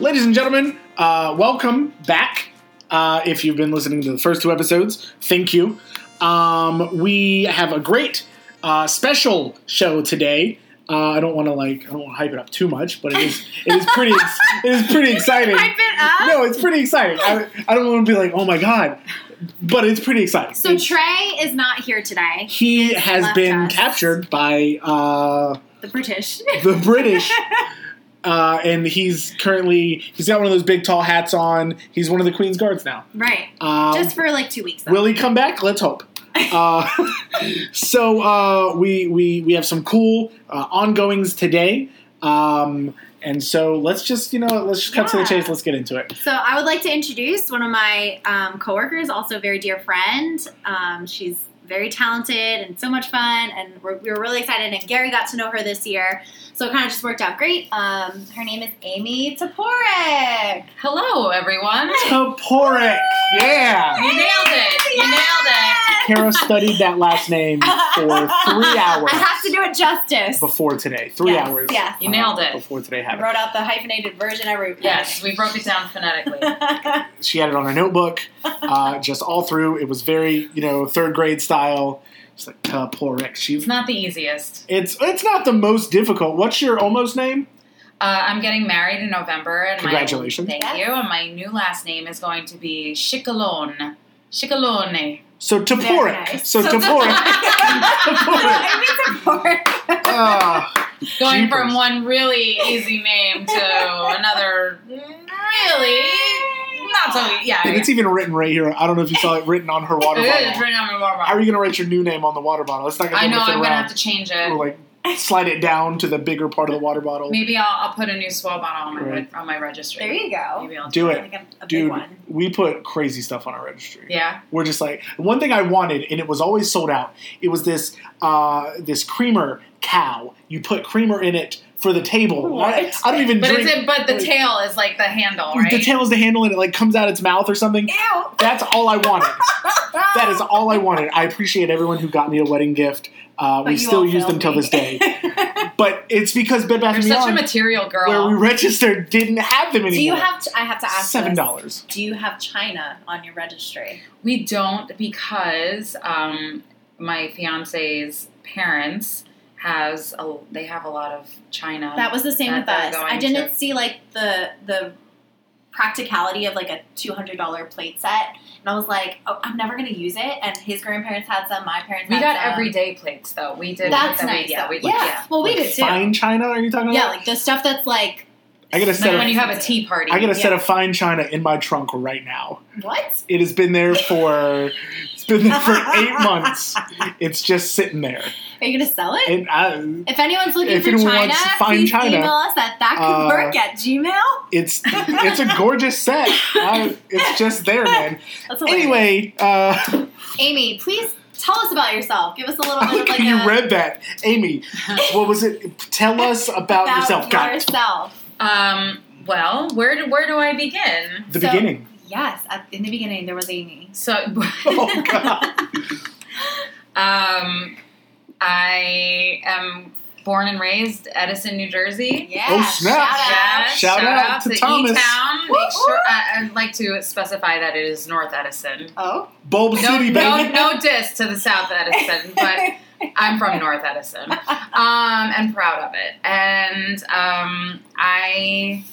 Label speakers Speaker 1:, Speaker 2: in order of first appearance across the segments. Speaker 1: Ladies and gentlemen, uh, welcome back. Uh, if you've been listening to the first two episodes, thank you. Um, we have a great uh, special show today. Uh, I don't want to like I don't want to hype it up too much, but it is it is pretty ex- it is pretty exciting.
Speaker 2: Hype it up.
Speaker 1: No, it's pretty exciting. I, I don't want to be like oh my god, but it's pretty exciting.
Speaker 2: So
Speaker 1: It's-
Speaker 2: Trey is not here today.
Speaker 1: he has
Speaker 2: left
Speaker 1: been
Speaker 2: us.
Speaker 1: captured by uh,
Speaker 2: The British.
Speaker 1: the British. Uh, and he's currently he's got one of those big tall hats on. He's one of the Queen's guards now.
Speaker 2: right.
Speaker 1: Um,
Speaker 2: Just for like two weeks. Though.
Speaker 1: will he come back? Let's hope. Uh, so uh, we we we have some cool uh, ongoings today, um, and so let's just you know let's just cut to the
Speaker 2: Yeah.
Speaker 1: chase. Let's get into it.
Speaker 2: So I would like to introduce one of my um, coworkers, also a very dear friend. Um, she's very talented and so much fun, and we're, we were really excited. And Gary got to know her this year, so it kind of just worked out great. Um, her name is Amy Toporek.
Speaker 3: Hello, everyone.
Speaker 1: Toporek, yeah.
Speaker 3: You nailed it. You nailed it.
Speaker 2: Yes!
Speaker 1: Kara studied that last name for three
Speaker 2: I
Speaker 1: hours
Speaker 2: have to do it justice.
Speaker 1: before today. Three
Speaker 2: Yes,
Speaker 1: hours. uh,
Speaker 2: yes.
Speaker 3: You nailed it.
Speaker 1: Before today
Speaker 2: I
Speaker 1: happened.
Speaker 2: wrote out the hyphenated version. I wrote
Speaker 3: Yes, we broke it down phonetically.
Speaker 1: she had it on her notebook, uh, just all through. It was very, you know, third grade style. It's like uh, poor Rick. She's
Speaker 3: It's not the easiest.
Speaker 1: it's it's not the most difficult. What's your almost name?
Speaker 3: Uh, I'm getting married in November, and
Speaker 1: Congratulations.
Speaker 3: My, thank
Speaker 2: Yes.
Speaker 3: you. And my new last name is going to be Chicalone. Chicalone.
Speaker 1: So
Speaker 2: Very
Speaker 1: Toporek.
Speaker 2: nice.
Speaker 1: So Toporek. Toporek.
Speaker 2: Amy Toporek.
Speaker 1: Ah,
Speaker 3: Going
Speaker 1: Jeepers.
Speaker 3: from one really easy name to another really not so. Yeah.
Speaker 1: and it's even written right here. I don't know if you saw it written on her water
Speaker 3: It's
Speaker 1: bottle.
Speaker 3: written on my water
Speaker 1: How are
Speaker 3: bottle.
Speaker 1: you going to write your new name on the water bottle? It's not going
Speaker 3: I
Speaker 1: to be
Speaker 3: know.
Speaker 1: able to fit
Speaker 3: I'm gonna
Speaker 1: around.
Speaker 3: have to change
Speaker 1: Or,
Speaker 3: it.
Speaker 1: like slide it down to the bigger part of the water bottle.
Speaker 3: Maybe I'll, I'll put a new swell bottle on my re- on my registry.
Speaker 2: There you go.
Speaker 3: Maybe I'll
Speaker 1: Do it.
Speaker 2: Like a, a big
Speaker 1: Dude,
Speaker 2: one.
Speaker 1: we put crazy stuff on our registry.
Speaker 3: Yeah.
Speaker 1: We're just like one thing I wanted, and it was always sold out. It was this uh, this creamer cow. You put creamer in it for the table. I,
Speaker 3: What?
Speaker 1: I don't even
Speaker 3: But
Speaker 1: drink.
Speaker 3: it's it, but the
Speaker 1: Wait.
Speaker 3: tail is like the handle, right?
Speaker 1: The tail is the handle, and it like comes out its mouth or something.
Speaker 2: Ew.
Speaker 1: That's all I wanted. that is all I wanted. I appreciate everyone who got me a wedding gift. Uh,
Speaker 2: But
Speaker 1: we
Speaker 2: you
Speaker 1: still
Speaker 2: all
Speaker 1: use them
Speaker 2: failed
Speaker 1: till
Speaker 2: me.
Speaker 1: this day. But it's because Bed Bath
Speaker 3: You're
Speaker 1: and
Speaker 3: such a
Speaker 1: Beyond,
Speaker 3: material
Speaker 1: where
Speaker 3: girl.
Speaker 1: we registered, didn't have them anymore.
Speaker 2: Do you have? Ch- I have to ask.
Speaker 1: seven
Speaker 2: this.
Speaker 1: dollars?
Speaker 2: Do you have China on your registry?
Speaker 3: We don't because um, my fiance's parents has a, they have a lot of China.
Speaker 2: That was the same
Speaker 3: That
Speaker 2: with
Speaker 3: they're
Speaker 2: us.
Speaker 3: going
Speaker 2: I didn't
Speaker 3: to-
Speaker 2: see like the the practicality of like a two hundred dollar plate set, and I was like, oh, I'm never gonna use it. And his grandparents had some. My parents.
Speaker 3: we
Speaker 2: had
Speaker 3: got
Speaker 2: some.
Speaker 3: everyday plates though. We did.
Speaker 2: That's
Speaker 3: that we-
Speaker 2: nice.
Speaker 3: yeah,
Speaker 2: though.
Speaker 3: we did.
Speaker 2: yeah.
Speaker 3: yeah.
Speaker 2: Well, we
Speaker 1: Like
Speaker 2: did too.
Speaker 1: Fine china? Are you talking
Speaker 2: Yeah,
Speaker 1: about?
Speaker 2: like the stuff that's like
Speaker 1: I got a
Speaker 3: Like
Speaker 1: set
Speaker 3: when
Speaker 1: of
Speaker 3: you have a tea party.
Speaker 1: I got a set
Speaker 2: yeah.
Speaker 1: of fine china in my trunk right now.
Speaker 2: what?
Speaker 1: It has been there for it's been there for eight months. It's just sitting there,
Speaker 2: Are you gonna sell it?
Speaker 1: and I,
Speaker 2: if anyone's looking
Speaker 1: if
Speaker 2: for
Speaker 1: anyone
Speaker 2: China,
Speaker 1: wants to find
Speaker 2: please
Speaker 1: China, uh,
Speaker 2: email us at thatcouldwork at gmail.
Speaker 1: it's it's a gorgeous set. I, it's just there, man.
Speaker 2: That's hilarious.
Speaker 1: Anyway, uh,
Speaker 2: Amy, please tell us about yourself. Give us a little bit
Speaker 1: I
Speaker 2: of
Speaker 1: like
Speaker 2: like
Speaker 1: how you
Speaker 2: a,
Speaker 1: read that, Amy. What was it? Tell us about,
Speaker 2: about
Speaker 1: yourself. God,
Speaker 2: yourself.
Speaker 3: Um. Well, where do, where do I begin?
Speaker 1: the
Speaker 2: So-
Speaker 1: beginning.
Speaker 2: Yes, at, in the beginning there was Amy.
Speaker 3: So.
Speaker 1: Oh God,
Speaker 3: um. I am born and raised Edison, New Jersey.
Speaker 2: Yeah.
Speaker 1: Oh, snap.
Speaker 2: Shout out.
Speaker 3: Yes,
Speaker 1: Shout out to Thomas.
Speaker 3: E-Town.
Speaker 2: Whoop,
Speaker 3: Make sure,
Speaker 2: whoop.
Speaker 3: I, I'd like to specify that it is North Edison.
Speaker 2: Oh,
Speaker 1: Bulb
Speaker 3: No,
Speaker 1: City,
Speaker 3: no,
Speaker 1: baby.
Speaker 3: no diss to the South Edison, but I'm from North Edison um, and proud of it. And um, I,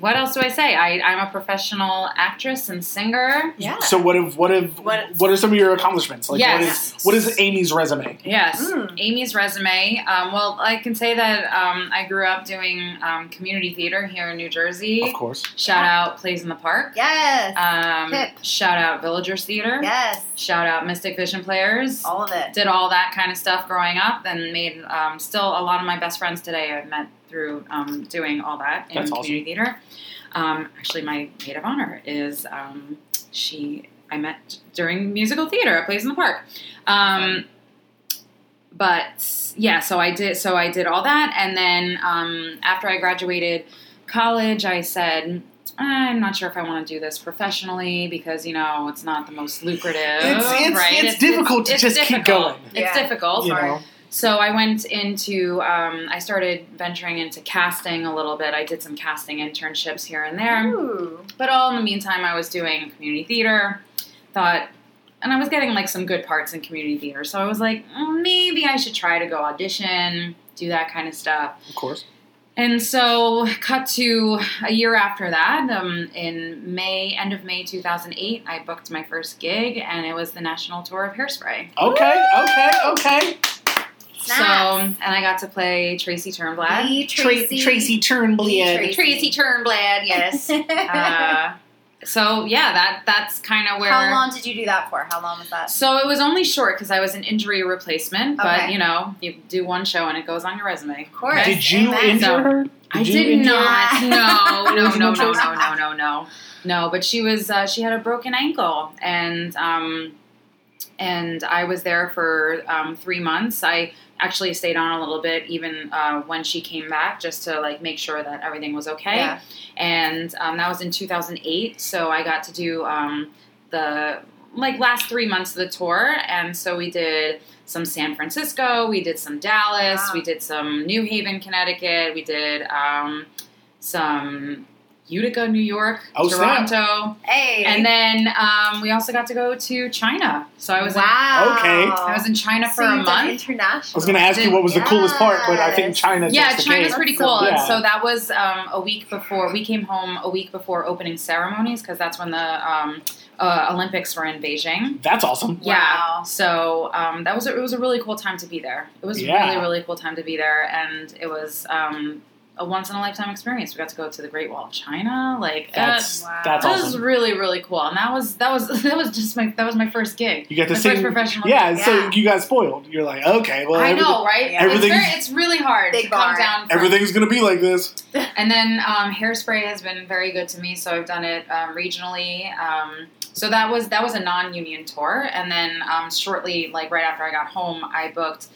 Speaker 3: what else do I say? I, I'm a professional actress and singer.
Speaker 2: yeah.
Speaker 1: So what have what have what,
Speaker 2: What-
Speaker 1: are some of your accomplishments? Like
Speaker 3: Yes.
Speaker 1: what is what is Amy's resume?
Speaker 3: Yes,
Speaker 2: Mm.
Speaker 3: Amy's resume. Um, well, I can say that um, I grew up doing um, community theater here in New Jersey.
Speaker 1: Of course,
Speaker 3: Shout out Plays in the Park.
Speaker 2: yes.
Speaker 3: Um,
Speaker 2: Hip.
Speaker 3: shout out Villagers Theater.
Speaker 2: yes.
Speaker 3: Shout out Mystic Vision Players.
Speaker 2: All of it.
Speaker 3: Did all that kind of stuff growing up, and made um, still a lot of my best friends today I've met through um, doing all that in
Speaker 1: That's awesome.
Speaker 3: community theater. Um, actually, my maid of honor is um, she. I met during musical theater at Plays in the Park. Um, but yeah, so I did. So I did all that, and then um, after I graduated college, I said. I'm not sure if I want to do this professionally because you know it's not the most lucrative.
Speaker 1: it's it's,
Speaker 3: right?
Speaker 1: it's, difficult to
Speaker 3: it's
Speaker 1: just keep
Speaker 3: difficult.
Speaker 1: going.
Speaker 3: It's
Speaker 2: Yeah.
Speaker 3: difficult.
Speaker 1: You know?
Speaker 3: So I went into, um, I started venturing into casting a little bit. I did some casting internships here and there.
Speaker 2: Ooh.
Speaker 3: But all in the meantime, I was doing community theater. Thought, and I was getting like some good parts in community theater. So I was like, "Mm, maybe I should try to go audition, do that kind of stuff.
Speaker 1: Of course.
Speaker 3: And so, cut to a year after that, um, in May, end of May 2008, I booked my first gig, and it was the national tour of Hairspray.
Speaker 1: Okay, okay, okay.
Speaker 3: So,
Speaker 2: Nice.
Speaker 3: and I got to play Tracy Turnblad.
Speaker 2: Lee
Speaker 1: Tra-
Speaker 2: Tracy.
Speaker 1: Tracy Turnblad.
Speaker 2: Tracy.
Speaker 3: Turnblad, uh, so yeah, that that's kind of where.
Speaker 2: How long did you do that for? How long was that?
Speaker 3: So it was only short because I was an injury replacement, but
Speaker 2: Okay.
Speaker 3: you know, you do one show and it goes on your resume.
Speaker 2: Of course.
Speaker 1: Did you
Speaker 2: Amen.
Speaker 1: injure her? Did
Speaker 3: I
Speaker 1: you
Speaker 3: did
Speaker 1: injure-
Speaker 3: not. No, no, no, no,
Speaker 1: Original
Speaker 3: no,
Speaker 1: choice?
Speaker 3: no, no, no, no. But she was. Uh, she had a broken ankle, and um, and I was there for um, three months. I actually stayed on a little bit, even uh, when she came back, just to like make sure that everything was okay.
Speaker 2: Yeah.
Speaker 3: And um, that was in 2008. So I got to do um, the like last three months of the tour, and so we did some San Francisco, we did some Dallas,
Speaker 2: Wow.
Speaker 3: we did some New Haven, Connecticut, we did um, some Utica, New York,
Speaker 1: Oh, snap.
Speaker 3: Toronto,
Speaker 2: Hey.
Speaker 3: and then um, we also got to go to China. So I was in,
Speaker 2: wow.
Speaker 1: Okay.
Speaker 3: I was in China for
Speaker 2: So
Speaker 3: a
Speaker 2: you've done
Speaker 3: month.
Speaker 2: International.
Speaker 1: I was going to ask you what was the coolest part, but I think
Speaker 2: Yes.
Speaker 1: China.
Speaker 3: Yeah,
Speaker 1: takes the
Speaker 3: China's
Speaker 1: cake.
Speaker 3: pretty
Speaker 2: That's so
Speaker 3: cool. And
Speaker 1: cool.
Speaker 3: so that was um, a week before we came home. A week before opening ceremonies, because that's when the um, uh, Olympics were in Beijing.
Speaker 1: That's awesome.
Speaker 3: Yeah.
Speaker 2: Wow.
Speaker 3: So um, that was a, it was a really cool time to be there. It was
Speaker 1: Yeah.
Speaker 3: really really cool time to be there, and it was um, a once in a lifetime experience. We got to go to the Great Wall of China. Like uh,
Speaker 1: That's
Speaker 2: Wow.
Speaker 1: that's
Speaker 3: that was
Speaker 1: awesome.
Speaker 3: really really cool, and that was that was that was just my that was my first gig,
Speaker 1: You get to
Speaker 3: my
Speaker 1: see.
Speaker 3: first professional.
Speaker 1: Yeah,
Speaker 3: gig.
Speaker 1: so
Speaker 2: Yeah.
Speaker 1: you got spoiled. You're like, okay, well,
Speaker 3: I
Speaker 1: everything-
Speaker 3: know, right?
Speaker 2: Yeah.
Speaker 3: It's, very,
Speaker 1: Everything's-
Speaker 3: it's really hard
Speaker 2: Big
Speaker 3: to come
Speaker 2: bar.
Speaker 3: down. From.
Speaker 1: everything's going to be like this.
Speaker 3: And then um, hairspray has been very good to me, so I've done it um, regionally. Um, so that was that was a non-union tour, and then um, shortly, like right after I got home, I booked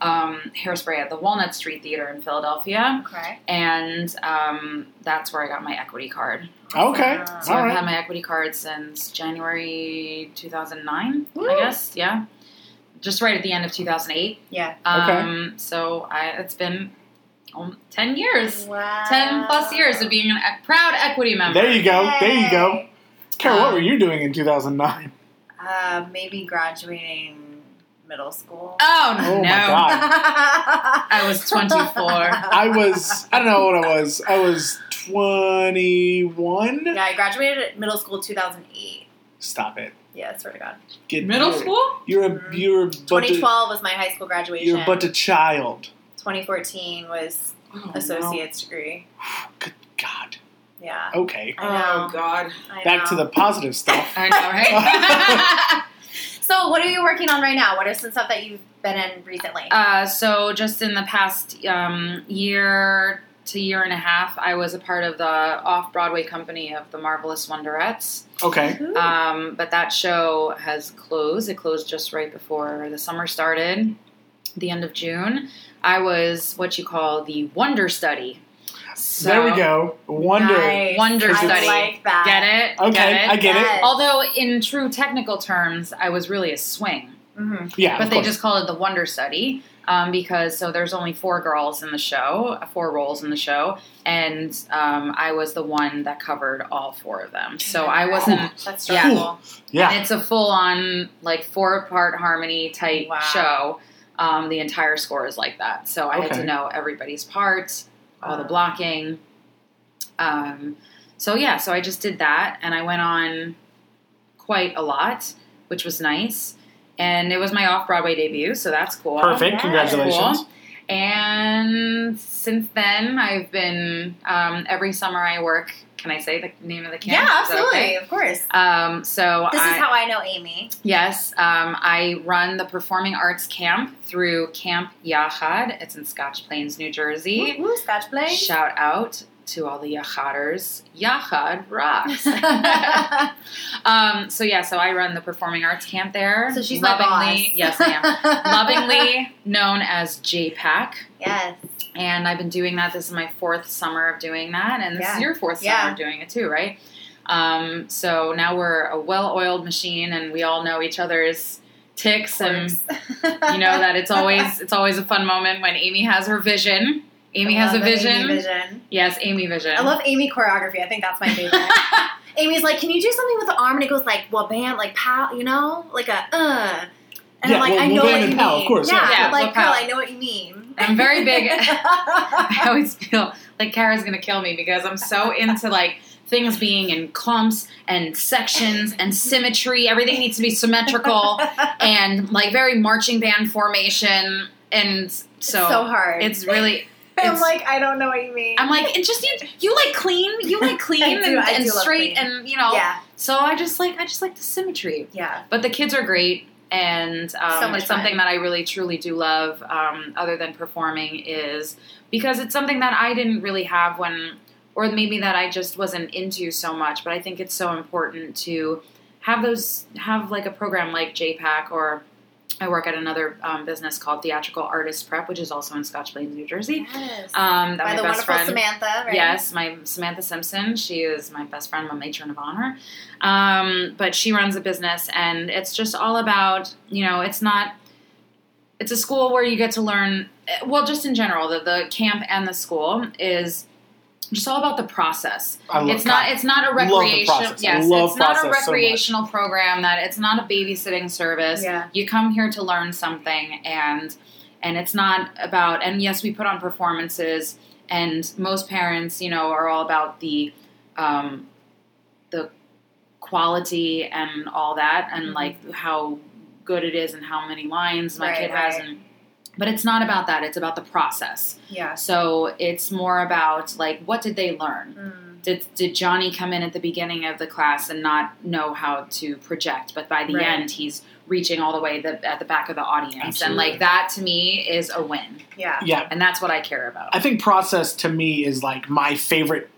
Speaker 3: um, hairspray at the Walnut Street Theater in Philadelphia,
Speaker 2: Okay.
Speaker 3: and um, that's where I got my equity card.
Speaker 1: Okay,
Speaker 2: Uh,
Speaker 3: So
Speaker 1: all
Speaker 3: I've
Speaker 1: right.
Speaker 3: had my equity card since January 2009,
Speaker 2: Woo.
Speaker 3: I guess. Yeah, just right at the end of 2008.
Speaker 2: Yeah.
Speaker 3: Um, So I, it's been um, ten years.
Speaker 2: Wow.
Speaker 3: 10
Speaker 2: Uh,
Speaker 3: plus years of being a proud equity member.
Speaker 1: There you go. There you go.
Speaker 2: Yay.
Speaker 1: Kara, what
Speaker 3: Um,
Speaker 1: were you doing in 2009?
Speaker 2: Uh, maybe graduating middle school.
Speaker 3: Oh,
Speaker 1: Oh
Speaker 3: no.
Speaker 1: my God.
Speaker 3: I was 24.
Speaker 1: I was, I don't know what I was. I was 21.
Speaker 2: Yeah, I graduated at middle school 2008.
Speaker 1: Stop it.
Speaker 2: Yeah, swear to God.
Speaker 1: Get
Speaker 3: Middle
Speaker 1: married.
Speaker 3: school?
Speaker 1: You're a, you're a bunch
Speaker 2: 2012
Speaker 1: of,
Speaker 2: was my high school graduation.
Speaker 1: you're but a child.
Speaker 2: 2014 was
Speaker 3: Oh,
Speaker 2: associate's degree.
Speaker 1: Good God.
Speaker 2: Yeah.
Speaker 1: Okay.
Speaker 2: I know.
Speaker 3: God.
Speaker 2: I
Speaker 1: Oh, Back to
Speaker 2: know.
Speaker 1: the positive stuff.
Speaker 3: I know, right?
Speaker 2: So, what are you working on right now? What is some stuff that you've been in recently?
Speaker 3: uh, so, just in the past um, year to year and a half, I was a part of the off Broadway company of the Marvelous Wonderettes.
Speaker 1: Okay.
Speaker 2: Ooh.
Speaker 3: Um, but that show has closed. It closed just right before the summer started, the end of June. I was what you call the wonder study. So,
Speaker 1: there we go. Wonder.
Speaker 2: Nice.
Speaker 3: Wonder
Speaker 1: study.
Speaker 2: I like that.
Speaker 3: Get it?
Speaker 1: Okay,
Speaker 3: Get
Speaker 1: I
Speaker 3: it?
Speaker 1: get
Speaker 2: Yes.
Speaker 3: Uh, Although, in true technical terms, I was really a swing.
Speaker 2: hmm
Speaker 1: it. Yeah.
Speaker 3: But
Speaker 1: of
Speaker 3: they
Speaker 1: course.
Speaker 3: just call it the Wonder Study um, because so there's only four girls in the show, uh, four roles in the show, and um, I was the one that covered all four of them. So I wasn't.
Speaker 2: That's
Speaker 3: Yeah.
Speaker 2: stressful.
Speaker 1: yeah.
Speaker 3: And it's a full on like four part harmony type
Speaker 2: Wow.
Speaker 3: show. Um, the entire score is like that. So I had
Speaker 1: Okay.
Speaker 3: to know everybody's parts, all the
Speaker 2: Wow.
Speaker 3: blocking. Um, so yeah, so I just did that and I went on quite a lot, which was nice. And it was my off Broadway debut, so that's cool.
Speaker 1: Perfect.
Speaker 2: Yes.
Speaker 1: Congratulations.
Speaker 3: Cool. And since then, I've been um, every summer I work. Can I say the name of the camp?
Speaker 2: Yeah,
Speaker 3: Is that
Speaker 2: absolutely.
Speaker 3: okay?
Speaker 2: Of course.
Speaker 3: Um, so
Speaker 2: This
Speaker 3: I,
Speaker 2: is how I know Amy.
Speaker 3: Yes, um, I run the performing arts camp through Camp Yachad. It's in Scotch Plains, New Jersey.
Speaker 2: Ooh, Scotch Blade.
Speaker 3: Shout out to all the Yachaders. Yachad rocks.
Speaker 2: so
Speaker 3: um, so yeah, so I run the performing arts camp there.
Speaker 2: she's my
Speaker 3: lovingly,
Speaker 2: boss.
Speaker 3: yes, I am. lovingly known as JPAC,
Speaker 2: Yes.
Speaker 3: and I've been doing that. This is my fourth summer of doing that, and this
Speaker 2: Yeah.
Speaker 3: is your fourth
Speaker 2: Yeah.
Speaker 3: summer of doing it too, right? Um, so now we're a well-oiled machine, and we all know each other's ticks and
Speaker 2: you
Speaker 3: you know that it's always it's always a fun moment when Amy has her vision. Amy has a vision. Yes, Amy vision.
Speaker 2: I love Amy choreography. I think that's my favorite. Amy's like, "Can you do something with the arm?" And it goes like, "Well, bam!" Like, "Pow!" You know, like a uh. And
Speaker 1: Yeah,
Speaker 2: I'm like,
Speaker 1: well,
Speaker 2: "I
Speaker 1: well,
Speaker 2: know
Speaker 1: bam
Speaker 2: what
Speaker 1: and
Speaker 2: you
Speaker 1: pow, of
Speaker 2: mean."
Speaker 1: course,
Speaker 2: Yeah,
Speaker 3: yeah. Yeah,
Speaker 2: like,
Speaker 3: well,
Speaker 2: girl,
Speaker 3: pow.
Speaker 2: I know what you mean.
Speaker 3: I'm very big. I always feel like Kara's gonna kill me because I'm so into like things being in clumps and sections and symmetry. Everything needs to be symmetrical and like very marching band formation. And so
Speaker 2: It's so, hard.
Speaker 3: it's really.
Speaker 2: I'm
Speaker 3: it's-
Speaker 2: like, I don't know what you mean.
Speaker 3: I'm like, it just you. You like clean. You like clean
Speaker 2: I do,
Speaker 3: and,
Speaker 2: I
Speaker 3: and
Speaker 2: do love
Speaker 3: straight,
Speaker 2: clean.
Speaker 3: and you know.
Speaker 2: yeah,
Speaker 3: So I just like I just like the symmetry.
Speaker 2: yeah.
Speaker 3: But the kids are great, and um,
Speaker 2: So much
Speaker 3: it's something
Speaker 2: fun.
Speaker 3: that I really truly do love. Um, other than performing, is because it's something that I didn't really have when, or maybe that I just wasn't into so much. But I think it's so important to have those have like a program like JPAC or. I work at another um, business called Theatrical Artist Prep, which is also in Scotch Plains, New Jersey.
Speaker 2: Yes.
Speaker 3: Um, that
Speaker 2: By
Speaker 3: my
Speaker 2: the
Speaker 3: best
Speaker 2: wonderful
Speaker 3: friend,
Speaker 2: Samantha, right?
Speaker 3: Yes, my Samantha Simpson. She is my best friend, my matron of honor. Um, but she runs a business, and it's just all about you know, it's not. It's a school where you get to learn. eh, Well, just in general, the, the camp and the school is just all about the process
Speaker 1: I love
Speaker 3: it's not it's not a
Speaker 1: Love the
Speaker 3: recreational
Speaker 1: process. I
Speaker 3: yes
Speaker 1: love
Speaker 3: it's not a
Speaker 1: process so much.
Speaker 3: recreational program that it's not a babysitting service
Speaker 2: Yeah.
Speaker 3: you come here to learn something and and it's not about and yes we put on performances and most parents you know are all about the um, the quality and all that and
Speaker 2: Mhm.
Speaker 3: like how good it is and how many lines my
Speaker 2: Right,
Speaker 3: kid has
Speaker 2: right.
Speaker 3: and but it's not about that it's about the process
Speaker 2: Yeah.
Speaker 3: so it's more about like what did they learn
Speaker 2: Mm,
Speaker 3: did, did Johnny come in at the beginning of the class and not know how to project, but by the
Speaker 2: Right.
Speaker 3: end he's reaching all the way the, at the back of the audience, and
Speaker 1: Absolutely.
Speaker 3: like that to me is a win,
Speaker 2: yeah.
Speaker 1: Yeah,
Speaker 3: and that's what I care about.
Speaker 1: I think process to me is like my favorite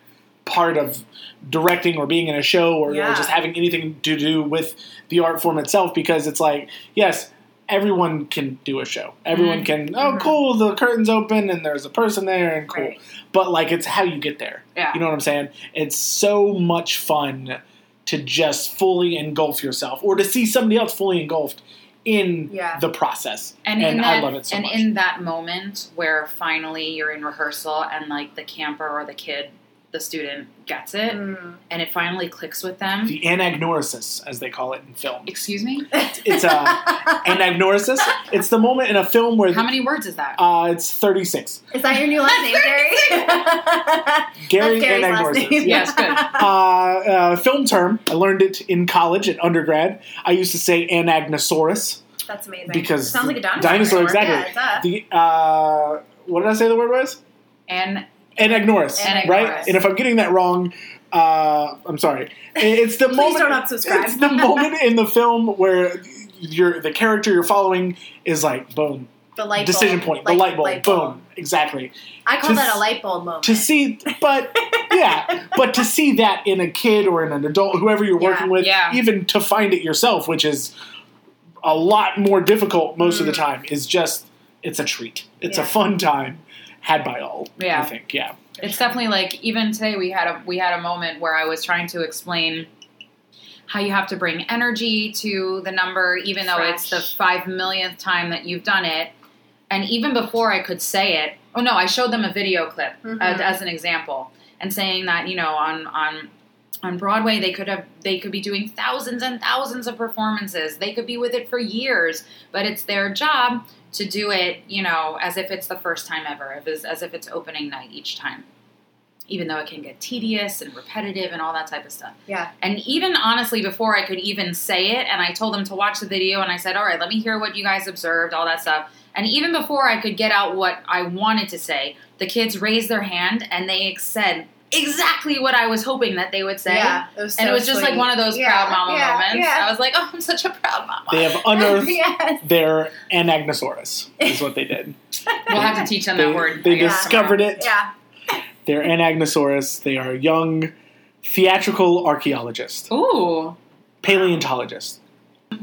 Speaker 1: part of directing or being in a show or, or
Speaker 2: Yeah.
Speaker 1: just having anything to do with the art form itself because it's like, yes, everyone can do a show. Everyone
Speaker 3: Mhm.
Speaker 1: can, oh,
Speaker 2: Mhm.
Speaker 1: cool, the curtain's open and there's a person there and cool.
Speaker 2: Right.
Speaker 1: But like, it's how you get there.
Speaker 3: yeah,
Speaker 1: You know what I'm saying? It's so much fun to just fully engulf yourself or to see somebody else fully engulfed in
Speaker 2: Yeah.
Speaker 1: the process.
Speaker 3: and, in
Speaker 1: and
Speaker 3: that,
Speaker 1: I love it so
Speaker 3: and
Speaker 1: much.
Speaker 3: in that moment where finally you're in rehearsal and like the camper or the kid, the student gets it,
Speaker 2: Mm.
Speaker 3: and it finally clicks with them.
Speaker 1: the anagnorisis, as they call it in film.
Speaker 3: Excuse me,
Speaker 1: It's a anagnorisis. It's the moment in a film where
Speaker 3: how many words is that?
Speaker 1: uh, it's 36.
Speaker 2: Is that your new last name, Gary?
Speaker 1: Gary
Speaker 2: That's Gary's last
Speaker 1: anagnorisis.
Speaker 2: name.
Speaker 1: yeah.
Speaker 3: Yes, good.
Speaker 1: Uh, uh, film term. I learned it in college at undergrad. I used to say anagnosaurus.
Speaker 2: That's amazing.
Speaker 1: Because
Speaker 2: sounds like a dinosaur.
Speaker 1: dinosaur, exactly.
Speaker 2: Yeah, duh.
Speaker 1: The uh, what did I say the word was?
Speaker 3: and
Speaker 1: Anagnoris,
Speaker 3: Anagnoris.
Speaker 1: right? And if I'm getting that wrong, uh, I'm sorry. It's the
Speaker 2: Please
Speaker 1: moment.
Speaker 2: don't unsubscribe.
Speaker 1: It's the moment in the film where your the character you're following is like boom
Speaker 2: the light bulb.
Speaker 1: decision point the light bulb, boom exactly
Speaker 2: I call
Speaker 1: To
Speaker 2: that
Speaker 1: s-
Speaker 2: a light bulb moment.
Speaker 1: to see but yeah but to see that in a kid or in an adult whoever you're
Speaker 2: Yeah,
Speaker 1: working with
Speaker 3: yeah.
Speaker 1: even to find it yourself which is a lot more difficult most of the
Speaker 2: Mm.
Speaker 1: time is just it's a treat it's a
Speaker 2: Yeah.
Speaker 1: fun time had by all i
Speaker 3: Yeah.
Speaker 1: think yeah
Speaker 3: It's definitely like even today we had a we had a moment where I was trying to explain how you have to bring energy to the number, even though it's the
Speaker 2: Fresh.
Speaker 3: five millionth time that you've done it. And even before I could say it, oh no, I showed them a video clip
Speaker 2: Mhm.
Speaker 3: uh, as an example, and saying that you know on on on Broadway they could have they could be doing thousands and thousands of performances, they could be with it for years, but it's their job to do it, you know, as if it's the first time ever, as, as if it's opening night each time, even though it can get tedious and repetitive and all that type of stuff.
Speaker 2: Yeah.
Speaker 3: And even honestly, before I could even say it, and I told them to watch the video, and I said, all right, let me hear what you guys observed, all that stuff. And even before I could get out what I wanted to say, the kids raised their hand and they said exactly what I was hoping that they would say.
Speaker 2: yeah, it was so
Speaker 3: And it was just
Speaker 2: sweet.
Speaker 3: like one of those
Speaker 2: Yeah,
Speaker 3: proud mama
Speaker 2: yeah,
Speaker 3: moments.
Speaker 2: yeah.
Speaker 3: I was like, oh, I'm such a proud mama.
Speaker 1: they have unearthed
Speaker 2: yes.
Speaker 1: their anagnosaurus is what they did
Speaker 3: We'll have to teach them
Speaker 1: They-
Speaker 3: that word.
Speaker 1: they
Speaker 3: I guess,
Speaker 1: discovered
Speaker 3: tomorrow.
Speaker 1: it
Speaker 2: Yeah.
Speaker 1: they're anagnosaurus they are young theatrical archaeologists
Speaker 3: Ooh.
Speaker 1: paleontologists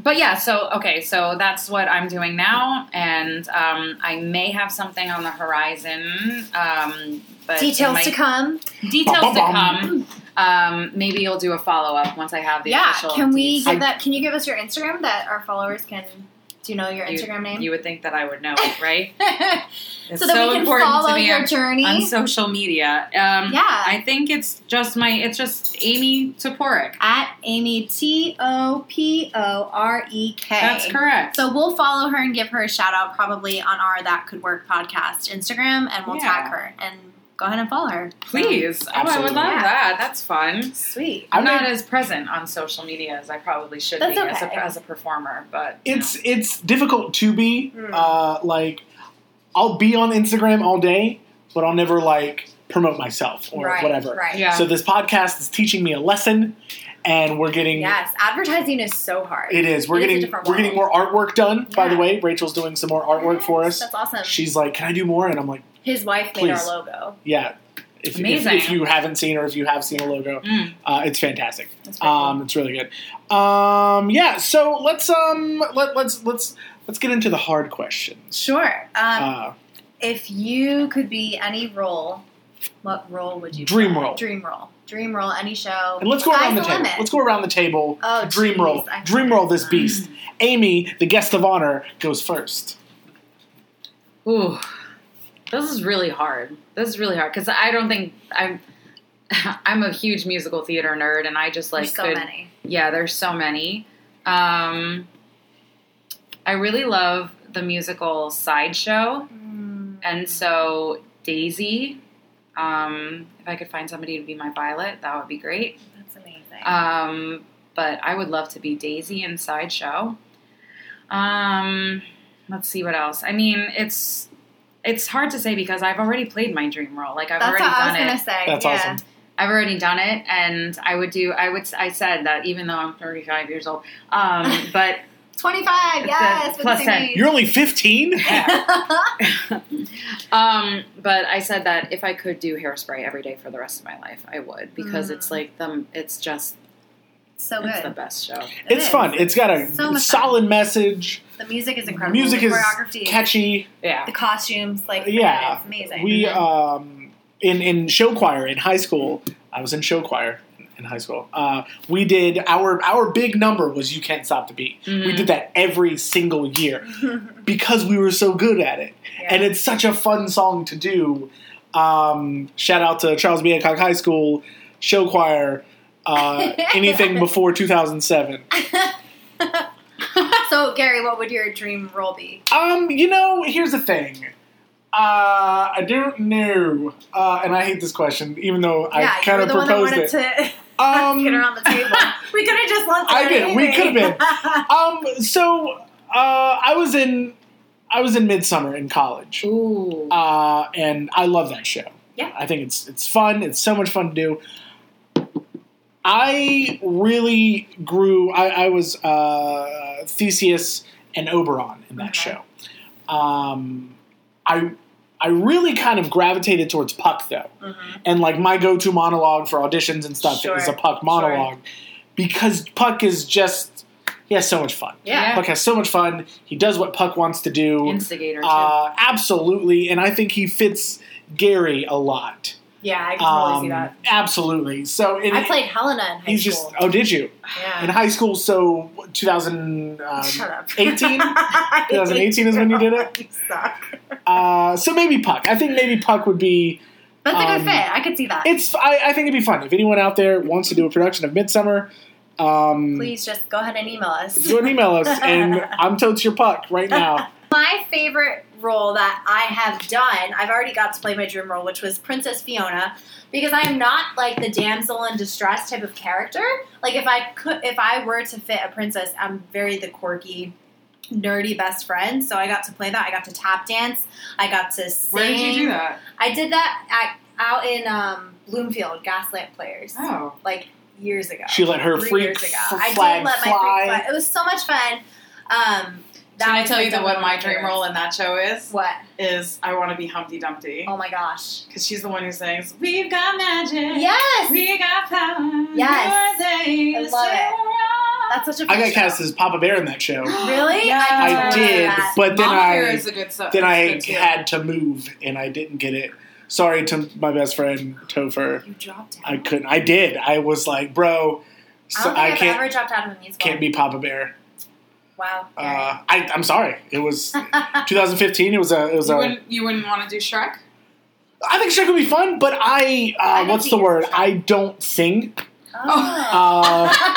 Speaker 3: But yeah, so okay, so that's what I'm doing now, and um, I may have something on the horizon. Um, but
Speaker 2: Details
Speaker 3: it might-
Speaker 2: to come.
Speaker 3: Details to
Speaker 1: Ba-ba-bum.
Speaker 3: come. Um, maybe you'll do a follow up once I have the
Speaker 2: Yeah.
Speaker 3: official.
Speaker 2: Can we
Speaker 3: deets.
Speaker 1: I-
Speaker 2: give that? Can you give us your Instagram that our followers can? Do you know your
Speaker 3: You-
Speaker 2: Instagram name?
Speaker 3: You would think that I would know, it, right? It's
Speaker 2: so that we can follow your
Speaker 3: on,
Speaker 2: journey.
Speaker 3: on social media. Um,
Speaker 2: yeah.
Speaker 3: I think it's just my. It's just Amy Toporek.
Speaker 2: at Amy T O P O R E K.
Speaker 3: That's correct.
Speaker 2: So we'll follow her and give her a shout out probably on our That Could Work podcast Instagram, and we'll
Speaker 3: Yeah.
Speaker 2: tag her and go ahead and follow her.
Speaker 3: please, oh, I would
Speaker 1: Absolutely.
Speaker 3: love
Speaker 2: Yeah.
Speaker 3: that. That's fun.
Speaker 2: Sweet.
Speaker 3: I'm
Speaker 1: I
Speaker 3: not
Speaker 1: mean-
Speaker 3: as present on social media as I probably should
Speaker 2: That's
Speaker 3: be as, a,
Speaker 2: okay.
Speaker 3: as a performer, but you
Speaker 1: It's it's difficult to be
Speaker 3: Hmm.
Speaker 2: Mm.
Speaker 1: uh, like I'll be on Instagram all day, but I'll never like promote myself or
Speaker 2: right.
Speaker 1: whatever.
Speaker 3: know.
Speaker 2: Right.
Speaker 3: yeah.
Speaker 1: So this podcast is teaching me a lesson, and we're getting
Speaker 2: Yes. Advertising is so hard.
Speaker 1: it is we're
Speaker 2: It is a
Speaker 1: getting
Speaker 2: different
Speaker 1: we're getting more artwork done. By the
Speaker 2: Yeah.
Speaker 1: way, Rachel's doing some more artwork for us.
Speaker 2: That's awesome.
Speaker 1: She's like, "Can I do more?" And I'm like,
Speaker 2: His wife made
Speaker 1: Please.
Speaker 2: our logo.
Speaker 1: "Yeah." If, if,
Speaker 3: Amazing.
Speaker 1: if you haven't seen or if you have seen a logo,
Speaker 3: Mm.
Speaker 1: uh, it's fantastic.
Speaker 2: That's pretty
Speaker 1: Um, it's really good. Um, yeah. So let's um let let's let's let's get into the hard
Speaker 2: cool.
Speaker 1: questions.
Speaker 2: Sure. Um,
Speaker 1: Uh,
Speaker 2: if you could be any role, what role would you?
Speaker 1: Dream
Speaker 2: play?
Speaker 1: role.
Speaker 2: Dream role. Dream role. Any show.
Speaker 1: and let's go around
Speaker 2: Sky's
Speaker 1: the table.
Speaker 2: limit.
Speaker 1: Let's go around the table.
Speaker 2: Oh,
Speaker 1: dream
Speaker 2: jeez,
Speaker 1: roll.
Speaker 2: I-
Speaker 1: Dream roll this beast. Amy, the guest of honor, goes first.
Speaker 3: Ooh, this is really hard. This is really hard because I don't think I'm. I'm a huge musical theater nerd, and I just like
Speaker 2: There's so
Speaker 3: could-
Speaker 2: many.
Speaker 3: Yeah, there's so many. Um, I really love the musical Sideshow,
Speaker 2: Hmm,
Speaker 3: and so Daisy. Um, if I could find somebody to be my Violet, that would be great.
Speaker 2: That's amazing.
Speaker 3: Um, but I would love to be Daisy in Sideshow. Um, let's see what else. I mean, it's it's hard to say because I've already played my dream role. Like I've
Speaker 2: That's
Speaker 3: already
Speaker 2: what I was
Speaker 3: done
Speaker 2: gonna
Speaker 3: it.
Speaker 2: say.
Speaker 1: That's
Speaker 2: Uh, yeah.
Speaker 1: awesome.
Speaker 3: I've already done it, and I would do. I would. s- I said that even though I'm 35 years old. Um, but
Speaker 2: Twenty-five. Yes.
Speaker 3: The- plus
Speaker 2: with
Speaker 3: 10.
Speaker 1: You're only 15.
Speaker 3: um, but I said that if I could do hairspray every day for the rest of my life, I would because
Speaker 2: Mm.
Speaker 3: it's like the. It's just
Speaker 2: so
Speaker 3: it's the
Speaker 2: good.
Speaker 3: best show.
Speaker 2: It
Speaker 1: it's
Speaker 2: is.
Speaker 1: fun. It's got a
Speaker 2: So much
Speaker 1: solid message.
Speaker 2: The music is incredible.
Speaker 1: Music
Speaker 2: the
Speaker 1: is
Speaker 2: choreography,
Speaker 1: Catchy.
Speaker 3: Yeah.
Speaker 2: the costumes, like
Speaker 1: Yeah.
Speaker 2: it's amazing.
Speaker 1: We um, in in show choir in high school. I was in show choir in high school. Uh, we did our our big number was "You Can't Stop the Beat." We
Speaker 3: Mhm.
Speaker 1: did that every single year because we were so good at it, and it's such a fun song to do. Um, shout out to Charles B. Hancock High School show choir. Uh, anything before 2007.
Speaker 2: so Gary, what would your dream role be?
Speaker 1: Um, you know, here's the thing. Uh, I don't know, uh, and I hate this question, even though
Speaker 2: yeah,
Speaker 1: I
Speaker 2: you
Speaker 1: kind
Speaker 2: were
Speaker 1: of
Speaker 2: the one that
Speaker 1: proposed
Speaker 2: wanted
Speaker 1: it.
Speaker 2: to get
Speaker 1: Um,
Speaker 2: around the table. we could have just left.
Speaker 1: I did. We could have been.
Speaker 2: been.
Speaker 1: um, so uh, I was in, I was in Midsummer in college,
Speaker 3: Ooh.
Speaker 1: uh, and I love that show.
Speaker 2: Yeah.
Speaker 1: I think it's it's fun. It's so much fun to do. I really grew. I, I was uh, Theseus and Oberon in that
Speaker 2: Okay.
Speaker 1: show. Um, I I really kind of gravitated towards Puck though.
Speaker 2: Mhm.
Speaker 1: and like my go-to monologue for auditions and stuff
Speaker 2: Sure,
Speaker 1: is a puck monologue because puck is just he has so much fun
Speaker 3: Yeah.
Speaker 1: puck has so much fun he does what puck wants to do
Speaker 3: Instigator. Too.
Speaker 1: uh, absolutely and i think he fits gary a lot
Speaker 2: Yeah, I can totally see
Speaker 1: Um,
Speaker 2: that.
Speaker 1: absolutely so and
Speaker 2: I played Helena in high
Speaker 1: he's
Speaker 2: school.
Speaker 1: just oh did you in
Speaker 2: yeah.
Speaker 1: high school so 2000 um,
Speaker 2: Shut up.
Speaker 1: 18? 2018 is when you did it?
Speaker 2: You suck.
Speaker 1: uh, so maybe puck i think maybe puck would be
Speaker 2: That's a
Speaker 1: Um,
Speaker 2: good fit. I could see that.
Speaker 1: It's. I, I think it'd be fun if anyone out there wants to do a production of Midsummer. Um,
Speaker 2: Please just go ahead and email us.
Speaker 1: go and email us, and I'm totes your puck right now.
Speaker 2: My favorite role that I have done, I've already got to play my dream role, which was Princess Fiona, because I'm not like the damsel in distress type of character. Like if I could, if I were to fit a princess, I'm very the quirky, nerdy best friend. So I got to play that. I got to tap dance. I got to sing.
Speaker 3: Where did you do that?
Speaker 2: I did that at, out in um, Bloomfield, Gaslamp Players,
Speaker 3: Oh.
Speaker 2: like years ago.
Speaker 1: She let her
Speaker 2: three
Speaker 1: freak
Speaker 2: years ago.
Speaker 1: f-
Speaker 2: I did
Speaker 1: flag
Speaker 2: let my freak
Speaker 1: fly.
Speaker 2: flag. It was so much fun. Um, that
Speaker 4: Can I
Speaker 2: was
Speaker 4: tell you that
Speaker 2: definitely
Speaker 4: what my
Speaker 2: favorite.
Speaker 4: dream role in that show is?
Speaker 2: What?
Speaker 4: Is I want to be Humpty Dumpty
Speaker 2: Oh my gosh!
Speaker 4: because she's the one who sings, "We've got magic,
Speaker 2: Yes,
Speaker 4: we got power,
Speaker 2: Yes.
Speaker 4: your days
Speaker 2: love it.
Speaker 4: are up."
Speaker 2: that's such a.
Speaker 1: I
Speaker 2: fun
Speaker 1: got
Speaker 2: show.
Speaker 1: cast as Papa Bear in that show.
Speaker 2: Really?
Speaker 4: Yeah.
Speaker 2: I,
Speaker 1: I
Speaker 2: totally
Speaker 1: did,
Speaker 2: love that.
Speaker 1: but then
Speaker 4: Mama Bear
Speaker 1: I
Speaker 4: is a good so-
Speaker 1: then I
Speaker 4: good too.
Speaker 1: had to move, and I didn't get it. Sorry to my best friend Topher.
Speaker 2: You dropped out.
Speaker 1: I couldn't. I did. I was like, bro,
Speaker 2: I
Speaker 1: so
Speaker 2: don't think
Speaker 1: I
Speaker 2: I've
Speaker 1: can't
Speaker 2: ever dropped out of a musical.
Speaker 1: can't be Papa Bear.
Speaker 2: Wow. Gary.
Speaker 1: Uh, I, I'm sorry. It was 2015. It was a. It was
Speaker 4: You
Speaker 1: a.
Speaker 4: wouldn't, you wouldn't want to do Shrek?
Speaker 1: I think Shrek would be fun, but I.
Speaker 2: I
Speaker 1: Uh,
Speaker 2: don't
Speaker 1: what's
Speaker 2: think
Speaker 1: the word?
Speaker 2: it's fun.
Speaker 1: I don't sing.
Speaker 2: oh.
Speaker 1: Uh,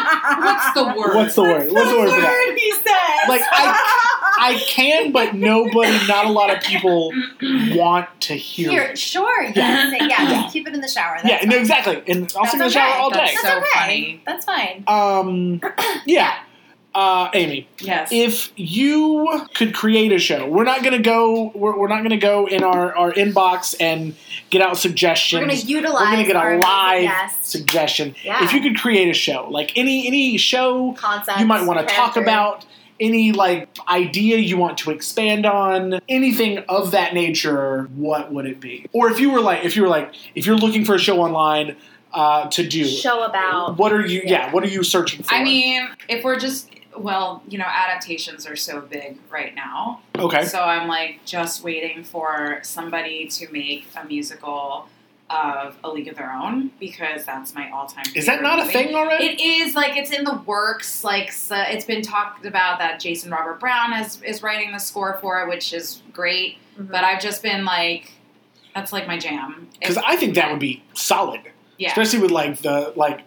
Speaker 3: What's the word?
Speaker 1: what's the word? What's the word for that?
Speaker 4: word he said.
Speaker 1: Like, I can, but nobody, not a lot of people want to hear.
Speaker 2: Here,
Speaker 1: it.
Speaker 2: sure. Yes. yeah. just Keep it in the shower. That's
Speaker 1: Yeah,
Speaker 2: fine.
Speaker 1: no, exactly. And I'll
Speaker 2: That's
Speaker 1: sing in the shower
Speaker 2: okay.
Speaker 1: all
Speaker 3: That's
Speaker 1: day.
Speaker 2: That's
Speaker 3: So
Speaker 2: okay.
Speaker 3: funny.
Speaker 2: That's fine.
Speaker 1: Um, yeah. Uh, Amy,
Speaker 4: yes.
Speaker 1: if you could create a show, we're not gonna go. We're, we're not gonna go in our, our inbox and get out
Speaker 2: We're
Speaker 1: suggestions.
Speaker 2: gonna utilize.
Speaker 1: We're gonna get
Speaker 2: our
Speaker 1: a
Speaker 2: amazing
Speaker 1: live
Speaker 2: guest
Speaker 1: suggestion.
Speaker 2: Yeah.
Speaker 1: If you could create a show, like any any show
Speaker 2: concept.
Speaker 1: you might want to talk
Speaker 2: character.
Speaker 1: about, any like idea you want to expand on, anything of that nature, what would it be? Or if you were like, if you were like, if you're looking for a show online uh, to do,
Speaker 2: show about.
Speaker 1: what are you? Yeah.
Speaker 2: yeah.
Speaker 1: what are you searching for?
Speaker 3: I mean, if we're just well, you know, adaptations are so big right now.
Speaker 1: okay.
Speaker 3: So I'm like just waiting for somebody to make a musical of A League of Their Own because that's my all-time.
Speaker 1: Is that
Speaker 3: favorite
Speaker 1: not a
Speaker 3: movie.
Speaker 1: thing already?
Speaker 3: It is like it's in the works. Like so it's been talked about that Jason Robert Brown is is writing the score for it, which is great.
Speaker 2: Mhm.
Speaker 3: But I've just been like, that's like my jam.
Speaker 1: Because I think that would be solid,
Speaker 3: yeah,
Speaker 1: especially with like the like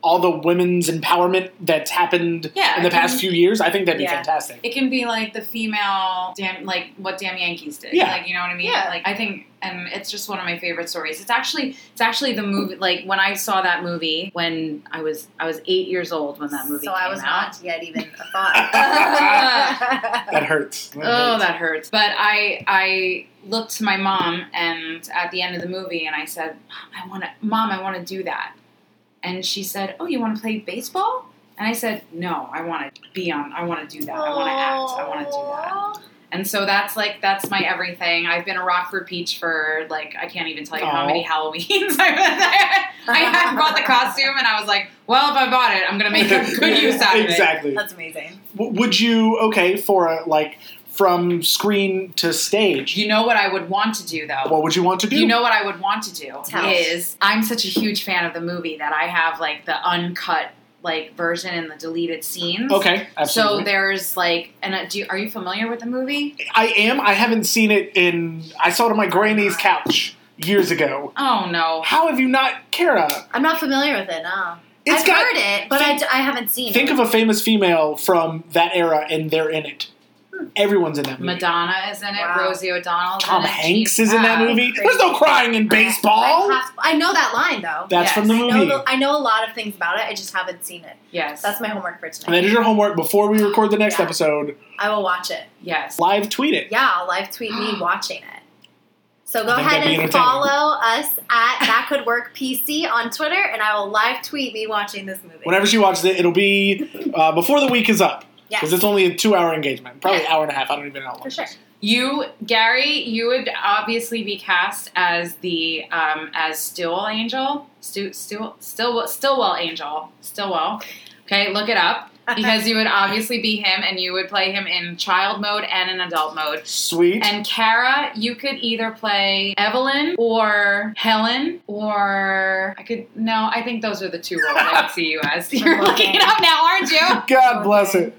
Speaker 1: all the women's empowerment that's happened
Speaker 3: yeah.
Speaker 1: in the
Speaker 3: it can-
Speaker 1: past few years. I think that'd be
Speaker 2: Yeah.
Speaker 1: fantastic.
Speaker 3: It can be like the female damn, like what Damn Yankees did.
Speaker 1: Yeah.
Speaker 3: Like you know what I mean?
Speaker 2: Yeah.
Speaker 3: Like I think, and it's just one of my favorite stories. It's actually, it's actually the movie. Like when I saw that movie when I was, I was eight years old when that movie.
Speaker 2: So
Speaker 3: came
Speaker 2: I was
Speaker 3: out.
Speaker 2: not yet even a thought.
Speaker 1: That hurts. That
Speaker 3: Oh,
Speaker 1: hurts.
Speaker 3: that hurts. But I I looked to my mom and at the end of the movie and I said, "Mom, I want to Mom, I want to do that." And she said, "Oh, you want to play baseball?" And I said, "No, I want to be on I want to do that. I want to act. I want to do that." And so that's like that's my everything. I've been a Rockford Peach for like I can't even tell you how
Speaker 1: Aw.
Speaker 3: many Halloweens I was I had bought the costume and I was like, "Well, if I bought it, I'm going to make a good use out of it."
Speaker 1: exactly.
Speaker 2: That's amazing.
Speaker 1: W- would you okay for a, like from screen to stage?
Speaker 3: You know what I would want to do though?
Speaker 1: What would you want to do?
Speaker 3: You know what I would want to do
Speaker 2: Tell.
Speaker 3: is I'm such a huge fan of the movie that I have like the uncut like version and the deleted scenes.
Speaker 1: okay,
Speaker 3: So
Speaker 1: absolutely.
Speaker 3: there's like, and uh, do you, are you familiar with the movie?
Speaker 1: I am. I haven't seen it in. I saw it on my granny's couch years ago.
Speaker 3: Oh no,
Speaker 1: How have you not, Kara?
Speaker 2: I'm not familiar with it. No,
Speaker 1: It's
Speaker 2: I've
Speaker 1: got.
Speaker 2: heard it, but I d- I, haven't seen
Speaker 1: Think
Speaker 2: it.
Speaker 1: of a famous female from that era, and they're in it.
Speaker 2: Hmm.
Speaker 1: Everyone's in that movie.
Speaker 3: Madonna is in it.
Speaker 2: Wow.
Speaker 3: Rosie O'Donnell.
Speaker 1: Tom
Speaker 3: in it.
Speaker 1: Hanks
Speaker 3: Gene-
Speaker 1: is in that
Speaker 3: uh,
Speaker 1: movie. There's no crying in
Speaker 2: I,
Speaker 1: baseball.
Speaker 2: have- I know that line though.
Speaker 1: That's
Speaker 3: yes.
Speaker 1: from the
Speaker 2: I know,
Speaker 1: movie.
Speaker 2: the, I know a lot of things about it. I just haven't seen it.
Speaker 3: Yes,
Speaker 2: That's my homework for
Speaker 1: And that is
Speaker 2: tonight.
Speaker 1: your homework before we record the next
Speaker 2: Yeah.
Speaker 1: episode.
Speaker 2: I will watch it.
Speaker 3: yes.
Speaker 1: Live tweet it.
Speaker 2: Yeah, I'll live tweet me watching it. So go
Speaker 1: I think
Speaker 2: ahead
Speaker 1: that'd be
Speaker 2: and
Speaker 1: entertaining.
Speaker 2: follow us at That Could Work PC on Twitter, and I will live tweet me watching this movie.
Speaker 1: Whenever she watches it, it'll be uh, before the week is up because
Speaker 2: Yes,
Speaker 1: it's only a two-hour engagement, probably
Speaker 2: Yeah.
Speaker 1: hour and a half. I don't even know. how long.
Speaker 2: for sure.
Speaker 3: You, Gary, you would obviously be cast as the um, as Stillwell Angel, Stu, Stu, Stillwell, Stillwell Angel, Stillwell. Okay, look it up because you would obviously be him, and you would play him in child mode and in adult mode.
Speaker 1: Sweet.
Speaker 3: And Kara, you could either play Evelyn or Helen, or I could no. I think those are the two roles I would see you as. You're looking it up now, aren't you?
Speaker 1: God bless
Speaker 2: Okay.
Speaker 1: it.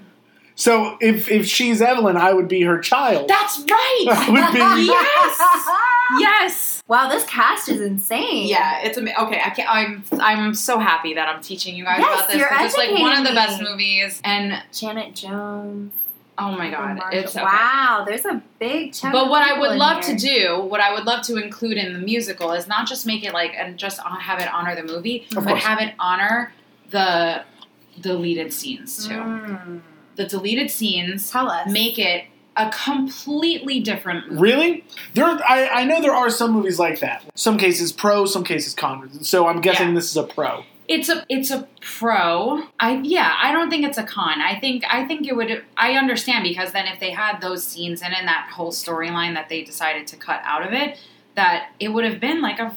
Speaker 1: So if if she's Evelyn, I would be her child.
Speaker 3: That's right.
Speaker 1: I would be.
Speaker 3: Yes. Yes.
Speaker 2: wow, this cast is insane.
Speaker 3: Yeah, it's ama- okay. I can I'm I'm so happy that I'm teaching you guys
Speaker 2: Yes,
Speaker 3: about this.
Speaker 2: you're
Speaker 3: it's like one of the
Speaker 2: educating
Speaker 3: best
Speaker 2: me.
Speaker 3: movies, and
Speaker 2: Janet Jones.
Speaker 3: oh my
Speaker 2: Michael
Speaker 3: god,
Speaker 2: Marshall.
Speaker 3: it's okay.
Speaker 2: wow. There's a big chunk.
Speaker 3: But
Speaker 2: of
Speaker 3: what I
Speaker 2: people
Speaker 3: would
Speaker 2: in
Speaker 3: love
Speaker 2: here.
Speaker 3: to do, what I would love to include in the musical, is not just make it like and just hon- have it honor the movie,
Speaker 1: Of
Speaker 3: but
Speaker 1: course.
Speaker 3: have it honor the deleted scenes too.
Speaker 2: Mm.
Speaker 3: The deleted scenes
Speaker 2: Tell us.
Speaker 3: make it a completely different movie.
Speaker 1: Really? There, I, I know there are some movies like that. Some cases pro, some cases con. So I'm guessing
Speaker 3: Yeah.
Speaker 1: this is a pro.
Speaker 3: It's a it's a pro. I yeah, I don't think it's a con. I think I think it would I understand because then if they had those scenes in and that whole storyline that they decided to cut out of it, that it would have been like a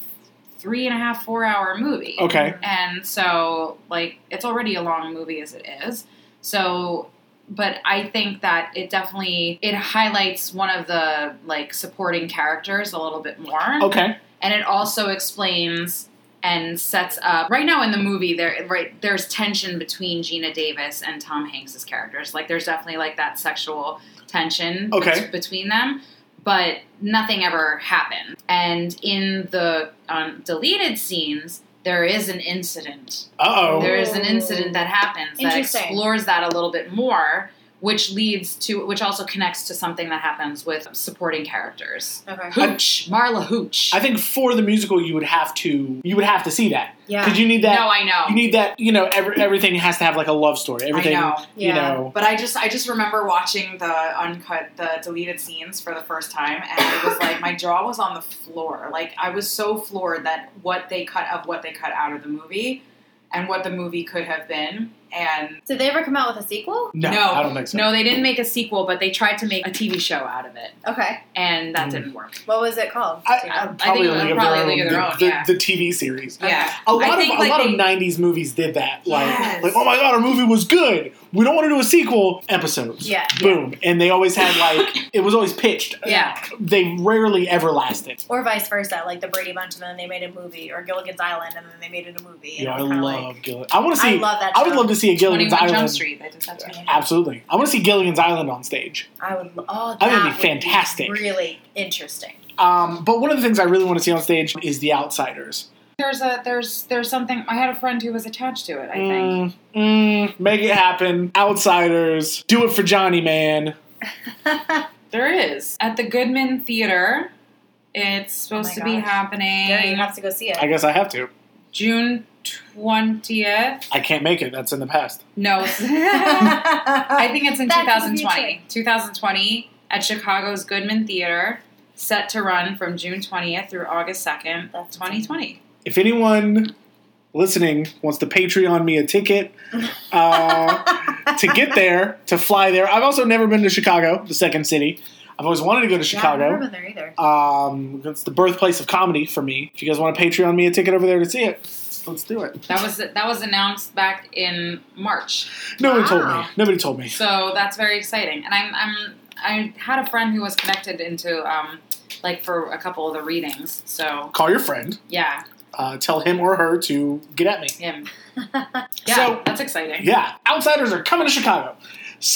Speaker 3: three and a half, four hour movie.
Speaker 1: Okay.
Speaker 3: And so like it's already a long movie as it is. So but I think that it definitely it highlights one of
Speaker 1: Oh,
Speaker 3: the like supporting characters a little bit more
Speaker 1: Okay.
Speaker 3: and it also explains and sets up right now in the movie there right there's tension between Gina Davis and Tom Hanks's characters. Like there's definitely like that sexual tension bet-
Speaker 1: Okay.
Speaker 3: between them, but nothing ever happened. And in the um, deleted scenes, there is an incident.
Speaker 1: Uh oh.
Speaker 3: There is an incident that happens that
Speaker 2: Interesting.
Speaker 3: explores that a little bit more. Which leads to, which also connects to something that happens with supporting characters.
Speaker 2: Okay.
Speaker 3: Hooch, Marla Hooch.
Speaker 1: I think for the musical, you would have to you would have to see that
Speaker 2: Yeah.
Speaker 1: because you need that.
Speaker 3: no, I know.
Speaker 1: You need that. You know, every, everything has to have like a love story. Everything.
Speaker 4: I know.
Speaker 1: You
Speaker 2: Yeah.
Speaker 1: know.
Speaker 4: But I just I just remember watching the uncut the deleted scenes for the first time and it was like my jaw was on the floor. Like I was so floored that what they cut of what they cut out of the movie and what the movie could have been and
Speaker 2: Did they ever come out with a sequel?
Speaker 1: No,
Speaker 4: No.
Speaker 1: I don't think so.
Speaker 3: No, they didn't make a sequel, but they tried to make a TV show out of it,
Speaker 2: Okay.
Speaker 3: and that
Speaker 1: Mm.
Speaker 3: didn't work.
Speaker 2: What was it called?
Speaker 1: I,
Speaker 2: Do you
Speaker 1: I,
Speaker 2: know?
Speaker 1: probably
Speaker 3: think
Speaker 1: League of
Speaker 3: probably
Speaker 1: Their
Speaker 3: League of Their
Speaker 1: Own,
Speaker 3: Own,
Speaker 1: the,
Speaker 3: yeah.
Speaker 1: the, the TV series.
Speaker 4: yeah.
Speaker 1: A
Speaker 3: I
Speaker 1: lot
Speaker 3: think,
Speaker 1: of
Speaker 3: like,
Speaker 1: a lot
Speaker 3: they-
Speaker 1: of '90s movies did that. Like,
Speaker 4: Yes.
Speaker 1: like, oh my god, our movie was good. We don't want to do a sequel. Episodes.
Speaker 2: Yeah.
Speaker 1: Boom. And they always had like it was always pitched.
Speaker 3: Yeah,
Speaker 1: They rarely ever lasted.
Speaker 2: Or vice versa, like the Brady Bunch, and then they made a movie, or Gilligan's Island, and then they made it a movie. and
Speaker 1: Yeah, I
Speaker 2: it was kinda
Speaker 1: love
Speaker 2: like-
Speaker 1: Gilligan. I want to
Speaker 2: I
Speaker 1: see.
Speaker 2: love that.
Speaker 1: I would
Speaker 2: show.
Speaker 1: love to see a
Speaker 3: Twenty
Speaker 1: Gilligan's
Speaker 3: One Jump
Speaker 1: Island.
Speaker 3: Street. They did that to me.
Speaker 1: Absolutely. I want to see Gilligan's Island on stage.
Speaker 2: I would. lo- Oh,
Speaker 1: That would be
Speaker 2: would
Speaker 1: fantastic.
Speaker 2: really interesting.
Speaker 1: Um, but one of the things I really want to see on stage is The Outsiders.
Speaker 3: There's a there's there's something. I had a friend who was attached to it. I think.
Speaker 1: Mm, mm, make it happen. Outsiders. Do it for Johnny, man.
Speaker 3: There is at the Goodman Theater. It's supposed
Speaker 2: Oh my
Speaker 3: to be
Speaker 2: gosh.
Speaker 3: happening
Speaker 2: yeah, you have to go see it.
Speaker 1: I guess I have to.
Speaker 3: June twentieth.
Speaker 1: I can't make it. That's in the past.
Speaker 3: No, it's- I
Speaker 2: I
Speaker 3: think it's in
Speaker 2: That's in the
Speaker 3: 2020. 2020 at Chicago's Goodman Theater, set to run from June 20th through August 2nd,
Speaker 2: That's
Speaker 3: 2020.
Speaker 1: If anyone listening wants to Patreon me a ticket uh, to get there, to fly there, I've also never been to Chicago, the second city. I've always wanted to go to
Speaker 2: Yeah, I've
Speaker 1: Chicago.
Speaker 2: never been there either.
Speaker 1: Um, it's the birthplace of comedy for me. If you guys want to Patreon me a ticket over there to see it, let's do it.
Speaker 3: That was that was announced back in March,
Speaker 1: Nobody told me.
Speaker 2: Wow.
Speaker 1: Nobody told me.
Speaker 3: so that's very exciting. And I'm I'm I had a friend who was connected into um like for a couple of the readings. So
Speaker 1: Call your friend.
Speaker 3: yeah,
Speaker 1: Uh, tell him or her to get at me.
Speaker 3: him. Yeah,
Speaker 1: So-
Speaker 3: that's exciting.
Speaker 1: Yeah, outsiders are coming to Chicago.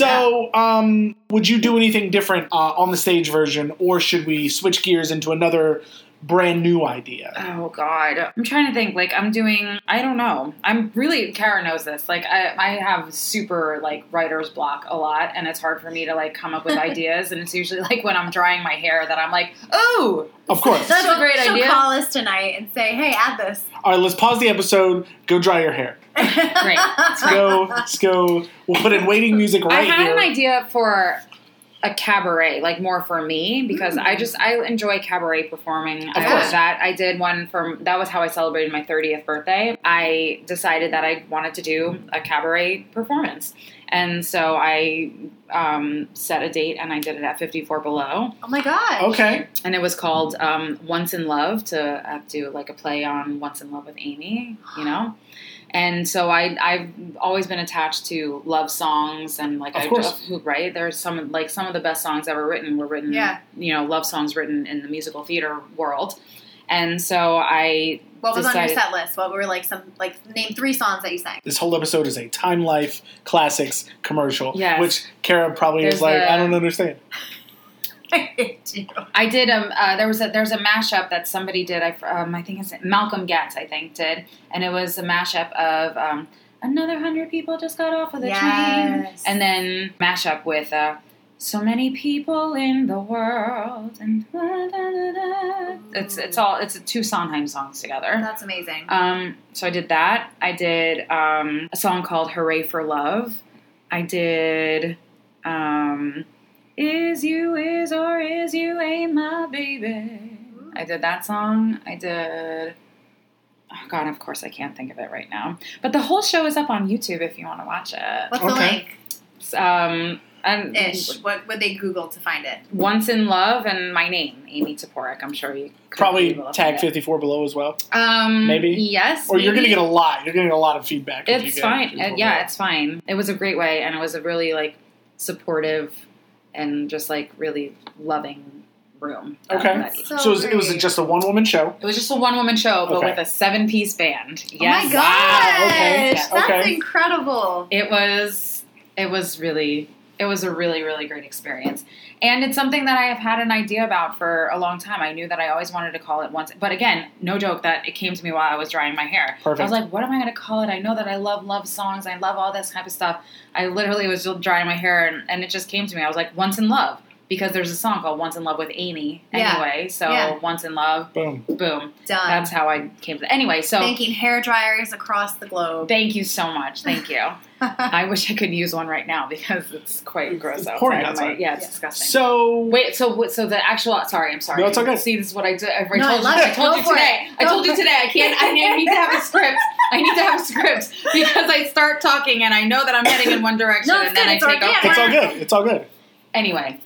Speaker 1: So, um, would you do anything different uh, on the stage version, or should we switch gears into another brand new idea?
Speaker 3: Oh God, I'm trying to think. Like I'm doing, I don't know. I'm really. Kara knows this. Like I, I have super like writer's block a lot, and it's hard for me to like come up with ideas. And it's usually like when I'm drying my hair that I'm like, oh,
Speaker 1: Of course.
Speaker 3: That's a
Speaker 2: She'll-
Speaker 3: great
Speaker 2: she'll
Speaker 3: idea.
Speaker 2: call us tonight and say, "Hey, add this."
Speaker 1: All right, let's pause the episode. Go dry your hair.
Speaker 3: Great.
Speaker 1: Let's go. Let's go. We'll put in waiting music right
Speaker 3: I had
Speaker 1: here.
Speaker 3: an idea for a cabaret, like more for me, because I just I enjoy cabaret performing. I
Speaker 1: Mm. course.
Speaker 3: love that. I did one from that was how I celebrated my 30th birthday. I decided that I wanted to do a cabaret performance. And so I um, set a date and I did it at 54 Below.
Speaker 2: Oh my god.
Speaker 1: Okay.
Speaker 3: And it was called um, Once in Love to uh, do like a play on Once in Love with Amy, you know? And so I, I've always been attached to love songs and like
Speaker 1: Of
Speaker 3: I
Speaker 1: course.
Speaker 3: just- right there's some like some of the best songs ever written were written
Speaker 2: Yeah.
Speaker 3: you know love songs written in the musical theater world, and so I
Speaker 2: What was on
Speaker 3: Decided-
Speaker 2: your set list? What were like some like name three songs that you sang?
Speaker 1: This whole episode is a Time Life Classics commercial,
Speaker 3: Yes.
Speaker 1: which Kara probably is
Speaker 3: There's
Speaker 1: like,
Speaker 3: a-
Speaker 1: I don't understand.
Speaker 3: I did um uh, there was a there's a mashup that somebody did I um, I think it's Malcolm Getz I think did and it was a mashup of um, another hundred people just got off of the train
Speaker 2: yes.
Speaker 3: and then mashup with uh, so many people in the world and da, da, da, da. it's it's all it's two Sondheim songs together.
Speaker 2: that's amazing.
Speaker 1: Uh,
Speaker 3: Um, so I did that. I did um, a song called "Hooray for Love." I did um, "Is You Is or Is You Ain't My Baby." I did that song. I did. Oh God, of course I can't think of it right now. But the whole show is up on YouTube if you want to watch it.
Speaker 2: What's
Speaker 1: okay.
Speaker 3: It's, um, and
Speaker 2: the link? Ish. What would they Google to find it?
Speaker 3: Once in Love and my name, Amy Toporek. I'm sure you could
Speaker 1: Probably
Speaker 3: Google it.
Speaker 1: tag 54 below as well.
Speaker 3: Um,
Speaker 1: Maybe.
Speaker 3: yes,
Speaker 1: Or you're going to
Speaker 3: maybe.
Speaker 1: get a lot. You're going to get a lot of feedback. if you
Speaker 3: It's
Speaker 1: get
Speaker 3: fine.
Speaker 1: 54
Speaker 3: Uh,
Speaker 1: Below.
Speaker 3: yeah, it's fine. It was a great way, and it was a really like supportive and just like really loving room. Um,
Speaker 1: Okay.
Speaker 3: that evening.
Speaker 1: So it was, it was
Speaker 2: great.
Speaker 1: just a one woman show.
Speaker 4: It was just a one woman show, but
Speaker 1: Okay.
Speaker 4: with a seven piece band.
Speaker 2: Oh my
Speaker 4: Yes.
Speaker 2: gosh,
Speaker 1: Wow, okay.
Speaker 2: that's
Speaker 1: Okay.
Speaker 2: incredible.
Speaker 3: It was it was really it was a really really great experience. And it's something that I have had an idea about for a long time. I knew that I always wanted to call it once, but again, no joke that it came to me while I was drying my hair. I
Speaker 1: Perfect.
Speaker 3: was like, what am I going to call it? I know that I love love songs. I love all this type of stuff. I literally was just drying my hair and, and it just came to me. I was like, Once in Love, because there's a song called Once in Love with Amy
Speaker 2: Yeah.
Speaker 3: anyway. So
Speaker 2: Yeah. Um,
Speaker 3: Once in Love,
Speaker 1: Boom.
Speaker 3: boom.
Speaker 2: Done.
Speaker 3: That's how I came to Anyway, so
Speaker 2: Thanking hair dryers across the globe.
Speaker 3: thank you so much. Thank you. I wish I could use one right now because it's quite gross
Speaker 1: It's
Speaker 3: outside.
Speaker 1: pouring
Speaker 3: I'm
Speaker 1: outside.
Speaker 3: like, yeah, it's
Speaker 2: Yeah.
Speaker 3: disgusting.
Speaker 1: So
Speaker 3: Wait, so what- so the actual? Sorry, I'm sorry.
Speaker 1: No, it's okay.
Speaker 3: See, this is what I did. I,
Speaker 2: No, I
Speaker 3: told,
Speaker 2: love
Speaker 3: you,
Speaker 2: it.
Speaker 3: I told
Speaker 2: Go
Speaker 3: you
Speaker 2: for it.
Speaker 3: today. I
Speaker 2: Go
Speaker 3: told you
Speaker 2: for it.
Speaker 3: today. I can't. I need to have a script. I need to have a script because I start talking and I know that I'm heading in one direction
Speaker 2: No, it's
Speaker 3: and then
Speaker 2: good.
Speaker 3: I
Speaker 2: It's
Speaker 3: take
Speaker 2: organic.
Speaker 3: off.
Speaker 1: it's all good. It's all good.
Speaker 3: Anyway,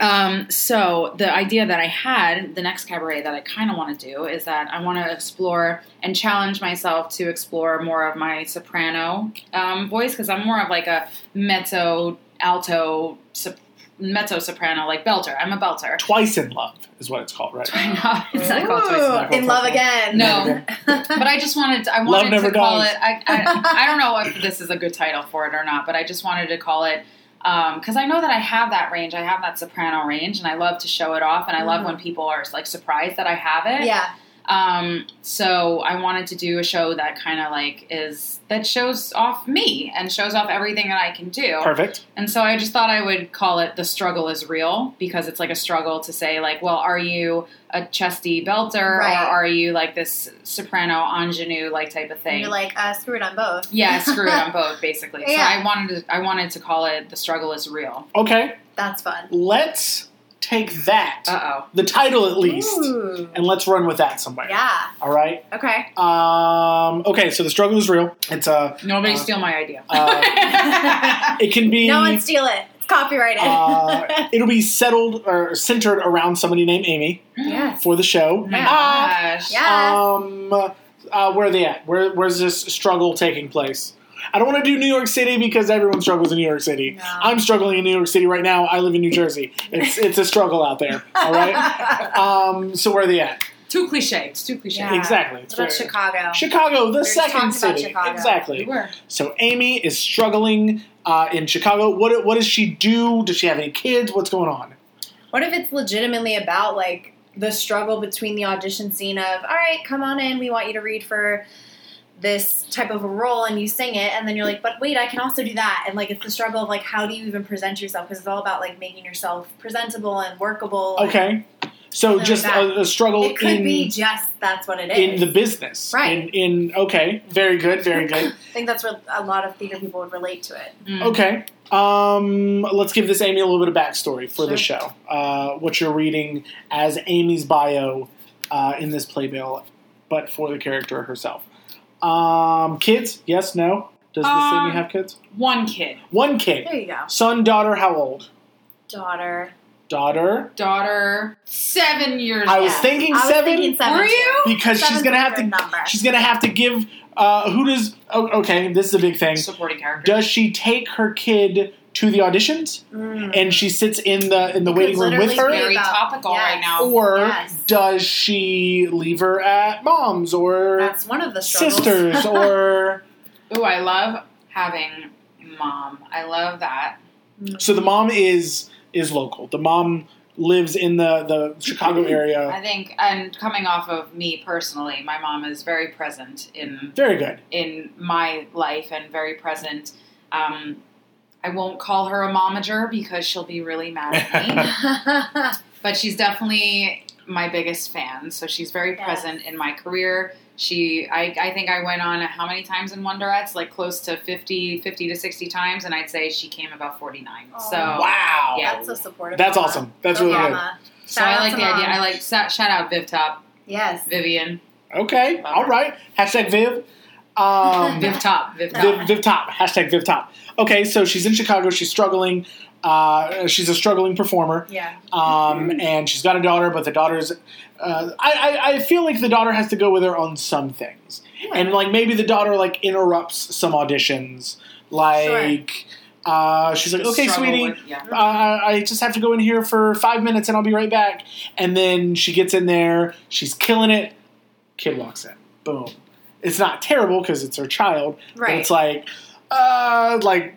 Speaker 3: um, so the idea that I had, the next cabaret that I kind of want to do is that I want to explore and challenge myself to explore more of my soprano um, voice because I'm more of like a mezzo, alto, sop- mezzo soprano, like belter. I'm a belter.
Speaker 1: Twice in love is what it's called, right?
Speaker 3: it's not called twice. in a row.
Speaker 1: Ooh.
Speaker 2: In love again.
Speaker 3: No. But I just wanted to, I wanted
Speaker 1: never
Speaker 3: to call
Speaker 1: dies.
Speaker 3: it. I, I, I don't know if this is a good title for it or not, but I just wanted to call it because I know that I have that range. I have that soprano range, and I love to show it off. And I love
Speaker 2: Mhm.
Speaker 3: when people are like surprised that I have it.
Speaker 2: Yeah.
Speaker 3: Um, so I wanted to do a show that kind of like is that shows off me and shows off everything that I can do.
Speaker 1: Perfect.
Speaker 3: And so I just thought I would call it The Struggle is Real because it's like a struggle to say, like, well, are you a chesty belter
Speaker 2: Right.
Speaker 3: or are you like this soprano ingenue like type of
Speaker 2: And
Speaker 3: thing?
Speaker 2: you're like, uh, screw it, I'm both.
Speaker 3: yeah, screw it on both, basically.
Speaker 2: Yeah.
Speaker 3: So I wanted to I wanted to call it The Struggle is Real.
Speaker 1: Okay,
Speaker 2: That's fun.
Speaker 1: let's take that,
Speaker 3: Uh oh.
Speaker 1: the title at least,
Speaker 2: Ooh.
Speaker 1: and let's run with that somewhere.
Speaker 2: Yeah.
Speaker 1: All right.
Speaker 2: Okay.
Speaker 1: Um, okay, so the struggle is real. It's uh,
Speaker 3: Nobody
Speaker 1: Uh,
Speaker 3: steal my idea.
Speaker 1: uh it can be
Speaker 2: No one steal it. It's copyrighted.
Speaker 1: uh, it'll be settled or centered around somebody named Amy
Speaker 2: yes.
Speaker 1: for the show.
Speaker 3: Oh my
Speaker 1: Ah,
Speaker 3: gosh.
Speaker 2: Yeah.
Speaker 1: Um, uh, where are they at? Where, where's this struggle taking place? I don't want to do New York City because everyone struggles in New York City.
Speaker 2: No.
Speaker 1: I'm struggling in New York City right now. I live in New Jersey. It's it's a struggle out there. All right. Um, so where are they at?
Speaker 3: Too cliche. It's too cliche.
Speaker 2: Yeah.
Speaker 1: Exactly.
Speaker 2: What about Chicago?
Speaker 1: Chicago, the
Speaker 2: were just
Speaker 1: second
Speaker 2: talking about
Speaker 1: city.
Speaker 2: Chicago.
Speaker 1: Exactly.
Speaker 3: We were.
Speaker 1: So Amy is struggling uh, in Chicago. What what does she do? Does she have any kids? What's going on?
Speaker 2: What if it's legitimately about like the struggle between the audition scene of, all right, come on in, we want you to read for this type of a role and you sing it and then you're like but wait i can also do that and like it's the struggle of like how do you even present yourself because it's all about like making yourself presentable and workable and
Speaker 1: Okay. So
Speaker 2: Something
Speaker 1: just
Speaker 2: like that.
Speaker 1: a, a struggle
Speaker 2: it could
Speaker 1: in
Speaker 2: be just that's what it is
Speaker 1: in the business. In,
Speaker 2: Right.
Speaker 1: in okay, very good, very good.
Speaker 2: i think that's where a lot of theater people would relate to it
Speaker 3: Mm.
Speaker 1: okay. Um, let's give this Amy a little bit of backstory for the
Speaker 2: Sure.
Speaker 1: show. Uh, what you're reading as Amy's bio uh, in this playbill, but for the character herself. Um, kids? Yes, no. Does this
Speaker 3: Um,
Speaker 1: Amy have kids?
Speaker 3: One kid.
Speaker 1: One kid.
Speaker 2: there you go
Speaker 1: Son, daughter, how old?
Speaker 2: daughter
Speaker 1: Daughter.
Speaker 3: Daughter. Seven years
Speaker 1: I
Speaker 3: old.
Speaker 1: was thinking
Speaker 2: I was
Speaker 1: seven.
Speaker 2: thinking seven
Speaker 3: Were
Speaker 2: too.
Speaker 3: you?
Speaker 1: Because she's
Speaker 2: Seven's
Speaker 1: gonna
Speaker 2: a
Speaker 1: have to.
Speaker 2: good number.
Speaker 1: She's gonna have to give. Uh, who does? Oh, okay, this is a big thing.
Speaker 3: supporting character.
Speaker 1: Does she take her kid to the auditions
Speaker 2: Mm.
Speaker 1: and she sits in the in the
Speaker 2: It could
Speaker 1: waiting room with
Speaker 2: literally
Speaker 1: her,
Speaker 3: very
Speaker 2: about-
Speaker 3: topical
Speaker 2: yes.
Speaker 3: right now.
Speaker 1: or
Speaker 2: Yes.
Speaker 1: does she leave her at mom's or
Speaker 2: that's one of the struggles.
Speaker 1: sisters or?
Speaker 3: Ooh, I love having mom. I love that.
Speaker 2: Mm.
Speaker 1: So the mom is is local. The mom lives in the the Chicago
Speaker 2: Mm-hmm.
Speaker 1: area.
Speaker 3: I think, and coming off of me personally, my mom is very present in
Speaker 1: Very good.
Speaker 3: in my life and very present. Um, I won't call her a momager because she'll be really mad at me, but she's definitely my biggest fan. So she's very
Speaker 2: Yes.
Speaker 3: present in my career. She, I, I think I went on how many times in Wonderettes? Like close to 50, 50 to 60 times. And I'd say she came about 49.
Speaker 2: Oh.
Speaker 3: So,
Speaker 1: Wow,
Speaker 3: Yeah.
Speaker 2: That's so supportive.
Speaker 1: that's
Speaker 2: Mama.
Speaker 1: awesome. That's
Speaker 2: Go
Speaker 1: really good.
Speaker 2: Mama.
Speaker 3: So
Speaker 2: Shout
Speaker 3: I
Speaker 2: out
Speaker 3: like
Speaker 2: to
Speaker 3: the
Speaker 2: mom.
Speaker 3: idea. I like sa- shout out VivTop,
Speaker 2: Yes.
Speaker 3: Vivian,
Speaker 1: Okay. All right. Hashtag Viv. Um, Viv,
Speaker 3: VivTop, VivTop.
Speaker 1: Viv, Top. Hashtag Viv Top. Okay, so she's in Chicago. She's struggling. Uh, she's a struggling performer,
Speaker 2: Yeah.
Speaker 3: Mm-hmm.
Speaker 1: um, and she's got a daughter. But the daughter's, uh, I, I, I feel like the daughter has to go with her on some things, and like maybe the daughter like interrupts some auditions, like Uh, she's like, okay,
Speaker 3: Struggle
Speaker 1: sweetie,
Speaker 3: with- yeah.
Speaker 1: uh, I just have to go in here for five minutes and I'll be right back. And then she gets in there, she's killing it. Kid walks in. Boom. It's not terrible because it's her child, but
Speaker 2: Right.
Speaker 1: it's like, uh, like,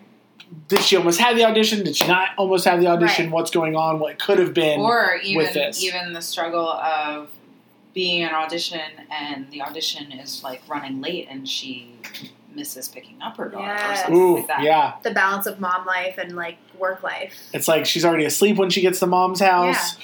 Speaker 1: did she almost have the audition? Did she not almost have the audition?
Speaker 2: Right.
Speaker 1: What's going on? What could have been?
Speaker 3: or even
Speaker 1: with this.
Speaker 3: even the struggle of being an audition and the audition is like running late and she misses picking up her daughter or
Speaker 2: Yes.
Speaker 3: something
Speaker 1: Ooh,
Speaker 3: like that.
Speaker 1: yeah.
Speaker 2: the balance of mom life and like work life.
Speaker 1: It's like she's already asleep when she gets to mom's house.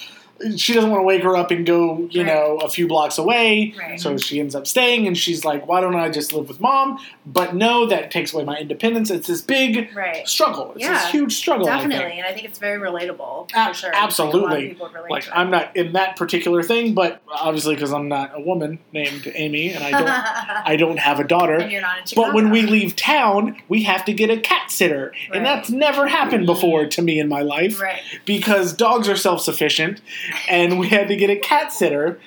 Speaker 1: She doesn't want to wake her up and go, you
Speaker 2: Right.
Speaker 1: know, a few blocks away.
Speaker 2: Right.
Speaker 1: So she ends up staying, and she's like, "Why don't I just live with mom?" But no, that takes away my independence. It's this big
Speaker 2: Right.
Speaker 1: struggle. It's this
Speaker 2: Yeah.
Speaker 1: huge struggle. I think.
Speaker 2: Definitely, and I think it's very relatable
Speaker 1: A-
Speaker 2: for sure.
Speaker 1: absolutely.
Speaker 2: Like, a lot of people relate
Speaker 1: Like
Speaker 2: to it.
Speaker 1: I'm not in that particular thing, but obviously because I'm not a woman named Amy, and I don't, I don't have a
Speaker 2: and
Speaker 1: daughter.
Speaker 2: you're not in Chicago.
Speaker 1: But when we leave town, we have to get a cat sitter,
Speaker 2: Right.
Speaker 1: and that's never happened before to me in my life.
Speaker 2: right,
Speaker 1: because dogs are self-sufficient, and we had to get a cat sitter.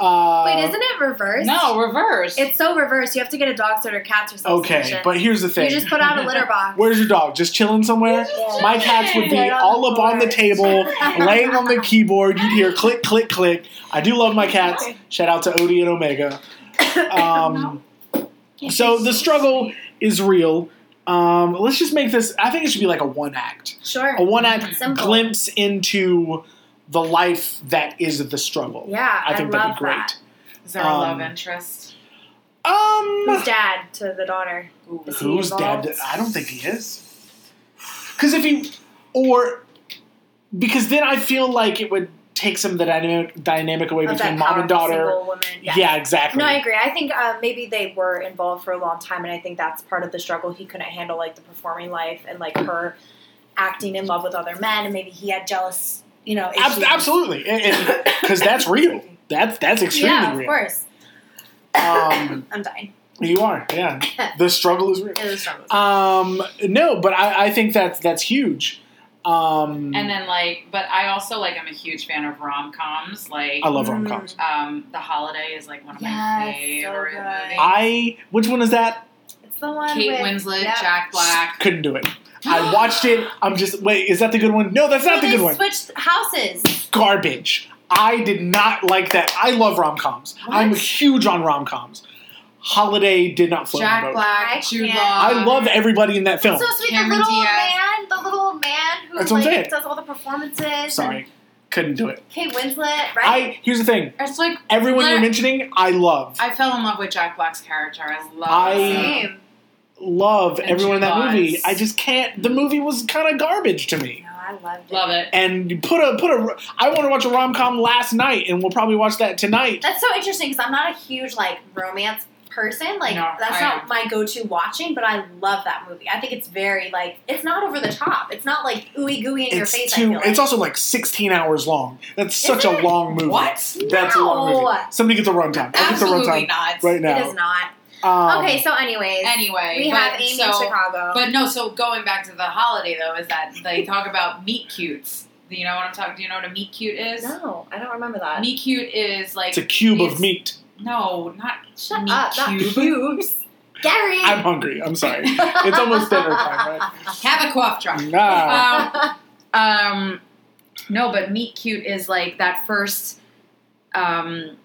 Speaker 1: Uh,
Speaker 2: wait, isn't it reversed?
Speaker 3: No, reverse.
Speaker 2: it's so reversed. You have to get a dog sitter, cats, or something.
Speaker 1: okay? But here's the
Speaker 2: you
Speaker 1: thing:
Speaker 2: just put out a litter box.
Speaker 1: where's your dog? Just chilling somewhere. My cats would be
Speaker 2: Right on
Speaker 1: all
Speaker 2: the
Speaker 1: up on the
Speaker 2: floor.
Speaker 1: table, laying on the keyboard. You'd hear click, click, click. I do love my cats. Shout out to Odie and Omega. Um, so the struggle is real. Um, let's just make this. I think it should be like a one act,
Speaker 2: sure.
Speaker 1: a one act
Speaker 2: Simple.
Speaker 1: glimpse into the life that is the struggle.
Speaker 2: yeah,
Speaker 1: I think
Speaker 2: love
Speaker 1: that'd be great.
Speaker 2: that.
Speaker 3: is there a
Speaker 1: um,
Speaker 3: love interest?
Speaker 1: Um,
Speaker 2: Who's dad to the daughter?
Speaker 3: Ooh.
Speaker 2: Is he
Speaker 1: who's
Speaker 2: involved?
Speaker 1: dad? I don't think he is. Because if he, or because then I feel like it would take some of the dynamic dynamic away
Speaker 2: Of
Speaker 1: between
Speaker 2: that
Speaker 1: mom and
Speaker 2: powerful
Speaker 1: daughter.
Speaker 2: single woman.
Speaker 1: Yeah,
Speaker 2: Yeah.
Speaker 1: exactly.
Speaker 2: No, I agree. I think uh, maybe they were involved for a long time, and I think that's part of the struggle. He couldn't handle like the performing life and like her acting in love with other men, and maybe he had jealous, you know,
Speaker 1: Ab-
Speaker 2: issues.
Speaker 1: absolutely, because that's real. That's that's extremely
Speaker 2: yeah, of
Speaker 1: real.
Speaker 2: course.
Speaker 1: Um,
Speaker 2: I'm dying.
Speaker 1: you are, yeah. The struggle is real.
Speaker 2: It was a struggle.
Speaker 1: Um, no, but I, I think that's that's huge. Um,
Speaker 3: And then like, but I also like I'm a huge fan of rom coms. Like,
Speaker 1: I love rom
Speaker 2: Mm-hmm.
Speaker 1: coms.
Speaker 3: um, The Holiday is like one of my
Speaker 2: Yes, so
Speaker 3: favorite
Speaker 2: good.
Speaker 3: movies.
Speaker 1: I which one is that?
Speaker 2: it's the one
Speaker 3: Kate
Speaker 2: with
Speaker 3: Winslet,
Speaker 2: yeah.
Speaker 3: Jack Black.
Speaker 1: Couldn't do it. I watched it. I'm just wait. Is that the good one? No, that's not
Speaker 2: So
Speaker 1: the
Speaker 2: they
Speaker 1: good one.
Speaker 2: switched houses.
Speaker 1: Garbage. I did not like that. I love rom coms. I'm
Speaker 2: What?
Speaker 1: huge on rom coms. Holiday did not float my
Speaker 3: Jack
Speaker 1: boat.
Speaker 2: I
Speaker 3: Black, Jude
Speaker 2: can't.
Speaker 3: Law.
Speaker 1: I love everybody in that film.
Speaker 2: It's so sweet.
Speaker 3: Cameron
Speaker 2: the little old
Speaker 3: Diaz.
Speaker 2: man, the little old man who
Speaker 1: That's what I'm saying.
Speaker 2: like, does all the performances. and
Speaker 1: Sorry, couldn't do it.
Speaker 2: Kate Winslet, right?
Speaker 1: I here's the thing.
Speaker 3: It's like
Speaker 1: Everyone you're
Speaker 3: Black-
Speaker 1: mentioning, I love.
Speaker 3: I fell in love with Jack Black's character. I love.
Speaker 1: I-
Speaker 3: him.
Speaker 2: Same.
Speaker 1: Love
Speaker 3: And
Speaker 1: everyone in that
Speaker 3: Jaws.
Speaker 1: movie. I just can't. The movie was kind of garbage to me.
Speaker 2: No, I loved it.
Speaker 3: love it.
Speaker 1: And you put a put a. I want to watch a rom com last night, and we'll probably watch that tonight.
Speaker 2: That's so interesting because I'm not a huge like romance person. Like
Speaker 3: No,
Speaker 2: that's
Speaker 3: I
Speaker 2: not my go-to watching, but I love that movie. I think it's very like it's not over the top. It's not like ooey gooey in your
Speaker 1: It's
Speaker 2: face. I
Speaker 1: too.
Speaker 2: feel like.
Speaker 1: It's also like 16 hours long. That's such
Speaker 2: Isn't
Speaker 1: a
Speaker 2: it?
Speaker 1: long movie.
Speaker 3: What?
Speaker 1: That's a long
Speaker 2: No.
Speaker 1: movie. Somebody get the runtime. I'll get the
Speaker 3: Absolutely
Speaker 1: runtime
Speaker 3: not.
Speaker 1: right now.
Speaker 2: It is not.
Speaker 1: Um,
Speaker 2: okay, so anyways,
Speaker 3: Anyway,
Speaker 2: we
Speaker 3: but
Speaker 2: have Amy
Speaker 3: so,
Speaker 2: in Chicago.
Speaker 3: But no, so going back to the holiday though, is that they talk about meet cutes. Do you know what I'm talking? Do you know what a meet cute is?
Speaker 2: no, I don't remember that.
Speaker 3: Meet cute is like
Speaker 1: It's a cube of
Speaker 3: it's-
Speaker 1: meat.
Speaker 3: No, not
Speaker 2: Shut
Speaker 3: meat
Speaker 2: up,
Speaker 3: cube.
Speaker 2: not cubes. Gary.
Speaker 1: I'm hungry. I'm sorry. It's almost dinner time, right?
Speaker 3: Have a cough drop.
Speaker 2: Uh,
Speaker 1: Nah.
Speaker 3: Um, Um, no, but meet cute is like that first um,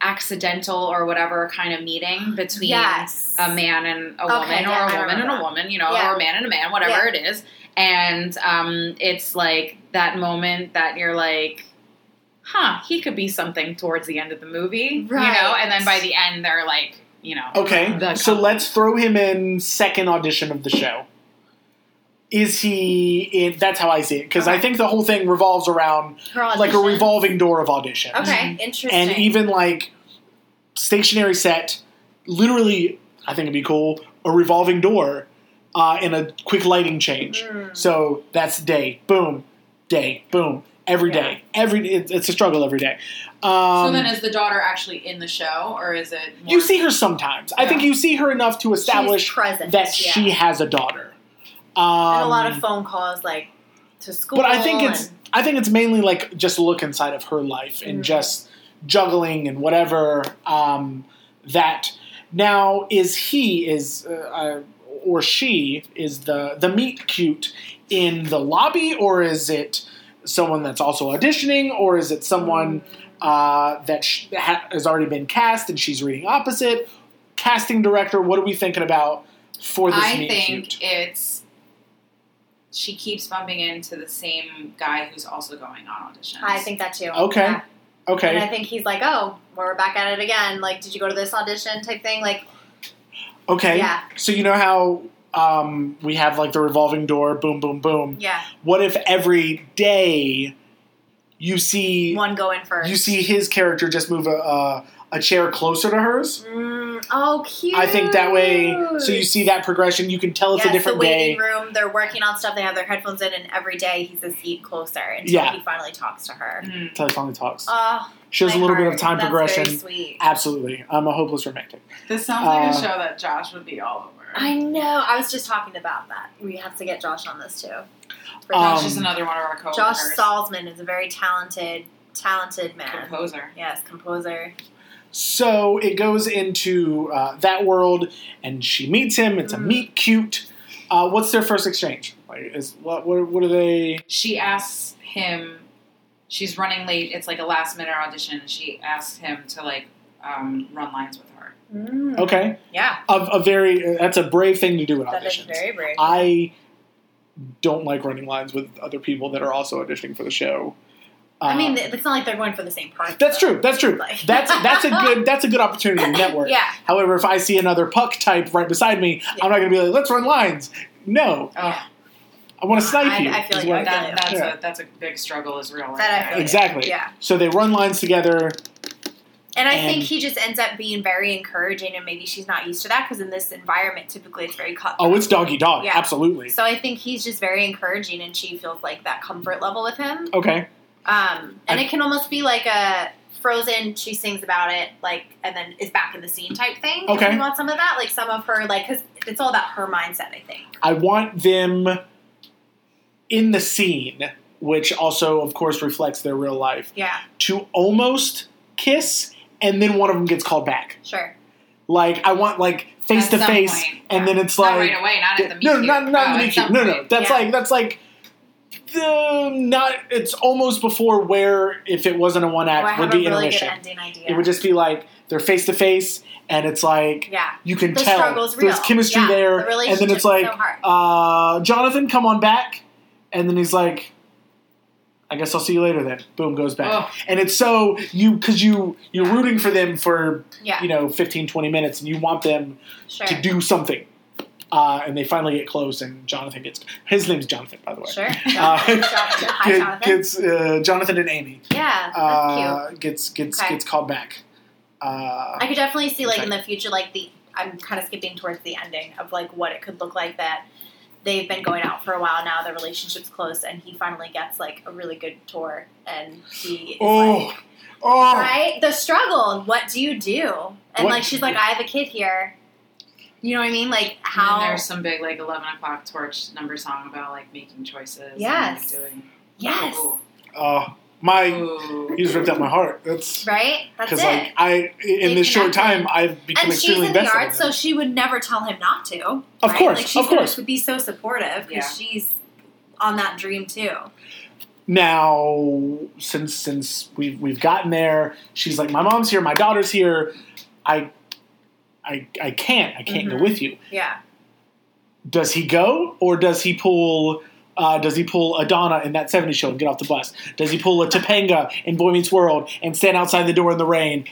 Speaker 3: accidental or whatever kind of meeting between
Speaker 2: yes.
Speaker 5: a
Speaker 3: a man and a
Speaker 2: Okay,
Speaker 3: woman,
Speaker 2: yeah, I
Speaker 3: or a woman
Speaker 2: remember
Speaker 3: and
Speaker 2: that.
Speaker 3: a woman, you know,
Speaker 2: Yeah.
Speaker 3: or a man and a man, whatever it is. And um, it's like that moment that you're like, huh, he could be something towards the end of the movie, you know?
Speaker 2: Right.
Speaker 3: And then by the end, they're like, you know,
Speaker 1: Okay.
Speaker 3: The
Speaker 1: So
Speaker 3: couple.
Speaker 1: let's throw him in second audition of the show. Is he in? That's how I see it because I think the whole thing revolves around
Speaker 2: Her
Speaker 1: like a
Speaker 2: audition.
Speaker 1: revolving door of auditions,
Speaker 2: Okay, interesting.
Speaker 1: Mm-hmm. and even like stationary set. Literally, I think it'd be cool a revolving door uh, and a quick lighting change.
Speaker 2: Mm.
Speaker 1: So that's day, boom, day, boom, every
Speaker 2: Yeah.
Speaker 1: day, every. It, it's a struggle every day. Um,
Speaker 3: so then is the daughter actually in the show, or is it? More
Speaker 1: you see her sometimes. I think you see her enough to
Speaker 2: She's
Speaker 1: establish
Speaker 2: present.
Speaker 1: that
Speaker 2: yeah.
Speaker 1: she has a daughter. Um,
Speaker 2: and a lot of phone calls like to school.
Speaker 1: but I think it's
Speaker 2: and-
Speaker 1: I think it's mainly like just a look inside of her life
Speaker 4: Mm.
Speaker 1: and
Speaker 2: Mhm.
Speaker 1: just juggling and whatever um, that. Now is he is uh, uh, or she is the the meet cute in the lobby, or is it someone that's also auditioning, or is it someone uh, that sh- ha- has already been cast and she's reading opposite? Casting director, what are we thinking about for this
Speaker 4: I
Speaker 1: meet
Speaker 4: think
Speaker 1: cute?
Speaker 4: it's she keeps bumping into the same guy who's also going on auditions.
Speaker 2: I think that too.
Speaker 1: Okay.
Speaker 2: Yeah.
Speaker 1: Okay,
Speaker 2: And I think he's like, oh, we're back at it again. Like, did you go to this audition type thing? Like,
Speaker 1: okay.
Speaker 2: yeah,
Speaker 1: So you know how um, we have like the revolving door, boom, boom, boom.
Speaker 2: yeah.
Speaker 1: What if every day you see
Speaker 2: One go in first.
Speaker 1: you see his character just move a, a, a chair closer to hers?
Speaker 2: Mm, oh, cute.
Speaker 1: I think that way, so you see that progression. You can tell it's
Speaker 2: yes,
Speaker 1: a different
Speaker 2: the
Speaker 1: day.
Speaker 2: waiting room. They're working on stuff. They have their headphones in, and every day he's a seat closer until
Speaker 1: Yeah.
Speaker 2: he finally talks to her.
Speaker 4: Mm.
Speaker 1: Until he finally talks.
Speaker 2: Oh,
Speaker 1: Shows a
Speaker 2: my
Speaker 1: little bit
Speaker 2: heart.
Speaker 1: of time
Speaker 2: That's
Speaker 1: progression.
Speaker 2: Very sweet.
Speaker 1: Absolutely, I'm a hopeless romantic.
Speaker 4: This sounds like
Speaker 1: Uh,
Speaker 4: a show that Josh would be all over.
Speaker 2: I know. I was just talking about that. We have to get Josh on this too. For
Speaker 1: Um,
Speaker 4: Josh is another one of our coworkers.
Speaker 2: Josh Salzman is a very talented, talented man.
Speaker 4: composer.
Speaker 2: Yes, composer.
Speaker 1: So it goes into uh, that world, and she meets him. It's a
Speaker 2: Mm.
Speaker 1: meet cute. Uh, what's their first exchange? Like, is what? What, what are they?
Speaker 4: She asks him. She's running late. It's like a last minute audition. She asks him to like um, run lines with her.
Speaker 2: Mm.
Speaker 1: Okay,
Speaker 2: Yeah,
Speaker 1: a, a very that's a brave thing to do at
Speaker 2: that is
Speaker 1: auditions.
Speaker 2: very brave.
Speaker 1: I don't like running lines with other people that are also auditioning for the show.
Speaker 2: I mean,
Speaker 1: Um,
Speaker 2: th- it's not like they're going for the same part.
Speaker 1: that's true. That's true.
Speaker 2: Like-
Speaker 1: That's that's a good that's a good opportunity to network.
Speaker 2: Yeah,
Speaker 1: However, if I see another puck type right beside me,
Speaker 2: Yeah.
Speaker 1: I'm not going to be like, let's run lines. No,
Speaker 4: Oh,
Speaker 1: I want to snipe
Speaker 2: I-
Speaker 1: you.
Speaker 2: I feel
Speaker 1: is
Speaker 2: like
Speaker 1: what
Speaker 2: I
Speaker 1: think.
Speaker 4: that, that's
Speaker 1: Yeah.
Speaker 4: a that's a big struggle. Is real.
Speaker 2: That I
Speaker 4: life.
Speaker 2: feel it.
Speaker 1: exactly.
Speaker 2: yeah.
Speaker 1: So they run lines together.
Speaker 2: And I
Speaker 1: And-
Speaker 2: think he just ends up being very encouraging, and maybe she's not used to that because in this environment, typically it's very cut.
Speaker 1: Oh, it's doggy dog.
Speaker 2: Yeah.
Speaker 1: Absolutely.
Speaker 2: So I think he's just very encouraging, and she feels like that comfort level with him.
Speaker 1: Okay.
Speaker 2: Um, and
Speaker 1: I-
Speaker 2: it can almost be like a Frozen. She sings about it, like, and then is back in the scene type thing.
Speaker 1: Okay.
Speaker 2: If you want some of that, like some of her, like, because it's all about her mindset. I think.
Speaker 1: I want them in the scene, which also, of course, reflects their real life,
Speaker 2: Yeah.
Speaker 1: to almost kiss, and then one of them gets called back.
Speaker 2: Sure.
Speaker 1: Like I want like face
Speaker 4: At
Speaker 1: to
Speaker 4: some
Speaker 1: face,
Speaker 4: point,
Speaker 1: and then it's
Speaker 4: Not
Speaker 1: like
Speaker 4: right away. Not at the meet
Speaker 1: no,
Speaker 4: cute.
Speaker 1: not
Speaker 4: Oh,
Speaker 1: not
Speaker 4: at
Speaker 1: the meet
Speaker 4: some
Speaker 1: cute. No, no,
Speaker 4: point.
Speaker 1: that's
Speaker 2: Yeah.
Speaker 1: like that's like the not. It's almost before where if it wasn't a one
Speaker 2: Oh, I
Speaker 1: act
Speaker 2: have
Speaker 1: would
Speaker 2: a
Speaker 1: be
Speaker 2: really good
Speaker 1: intermission.
Speaker 2: ending idea.
Speaker 1: It would just be like they're face to face, and it's like
Speaker 2: yeah.
Speaker 1: you can
Speaker 2: The
Speaker 1: tell
Speaker 2: struggle's real.
Speaker 1: there's chemistry
Speaker 2: Yeah,
Speaker 1: there,
Speaker 2: the
Speaker 1: and then
Speaker 2: relationship
Speaker 1: it's
Speaker 2: is
Speaker 1: like
Speaker 2: so hard.
Speaker 1: uh, Jonathan, come on back, and then he's like. I guess I'll see you later then. Boom goes back.
Speaker 4: Ugh.
Speaker 1: And it's so you cuz you you're rooting for them for,
Speaker 2: Yeah.
Speaker 1: you know, 15 20 minutes and you want them
Speaker 2: sure.
Speaker 1: to do something. Uh, and they finally get close, and Jonathan gets his name's Jonathan, by the way.
Speaker 2: Sure.
Speaker 1: Uh,
Speaker 2: Hi,
Speaker 1: Get-
Speaker 2: Jonathan.
Speaker 1: Gets uh, Jonathan and Amy
Speaker 2: Yeah, that's cute.
Speaker 1: uh, gets gets
Speaker 2: Okay.
Speaker 1: gets called back. Uh,
Speaker 2: I could definitely see like
Speaker 1: okay.
Speaker 2: in the future, like the I'm kind of skipping towards the ending of like what it could look like that they've been going out for a while now. The relationship's close, and he finally gets like a really good tour, and he is
Speaker 1: oh,
Speaker 2: like,
Speaker 1: oh,
Speaker 2: right the struggle. What do you do? And
Speaker 1: What-
Speaker 2: like she's like, I have a kid here. You know what I mean? Like
Speaker 4: And then
Speaker 2: how?
Speaker 4: there's some big like 11 o'clock torch number song about like making choices.
Speaker 2: Yes.
Speaker 4: And, like, doing.
Speaker 2: yes,
Speaker 4: Ooh.
Speaker 1: oh, my,
Speaker 4: Ooh.
Speaker 1: he's ripped out my heart. That's
Speaker 2: right. That's it.
Speaker 1: because like I in
Speaker 2: They
Speaker 1: this short
Speaker 2: connected.
Speaker 1: time I've become
Speaker 2: and she's
Speaker 1: extremely
Speaker 2: in the
Speaker 1: invested.
Speaker 2: arts,
Speaker 1: in
Speaker 2: so
Speaker 1: him.
Speaker 2: she would never tell him not to. Of
Speaker 1: Of course,
Speaker 2: like, she's
Speaker 1: of course.
Speaker 2: gonna be so supportive
Speaker 4: Yeah.
Speaker 2: because she's on that dream too.
Speaker 1: now since since we've we've gotten there, she's like, my mom's here, my daughter's here. I I I can't I can't
Speaker 2: Mhm.
Speaker 1: go with you.
Speaker 2: Yeah,
Speaker 1: does he go or does he pull uh, does he pull a Donna in that 70s show and get off the bus? Does he pull a Topanga in Boy Meets World and stand outside the door in the rain?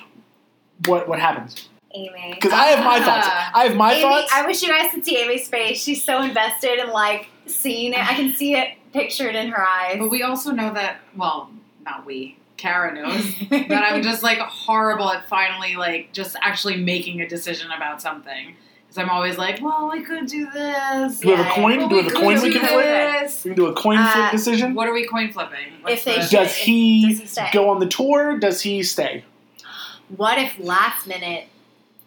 Speaker 1: What what happens?
Speaker 2: Amy.
Speaker 1: Because I have my
Speaker 4: Ah.
Speaker 1: thoughts. I have my
Speaker 2: Amy,
Speaker 1: thoughts.
Speaker 2: I wish you guys could see Amy's face. She's so invested in like seeing it. I can see it pictured in her eyes.
Speaker 1: Oh,
Speaker 4: But we also know that, well, not we, Kara knows that I'm just like horrible at finally like just actually making a decision about something. Because I'm always like, well, we could do this.
Speaker 1: do we have a
Speaker 2: yeah,
Speaker 1: coin?
Speaker 4: Well,
Speaker 1: Do we have a
Speaker 4: could
Speaker 1: coin
Speaker 4: do
Speaker 1: we can flip?
Speaker 4: this.
Speaker 1: We can do a coin flip
Speaker 2: Uh,
Speaker 1: decision.
Speaker 4: What are we coin flipping? What's
Speaker 2: If they
Speaker 4: the-
Speaker 2: should-
Speaker 1: Does he
Speaker 2: does he stay?
Speaker 1: go on the tour? Does he stay?
Speaker 2: What if last minute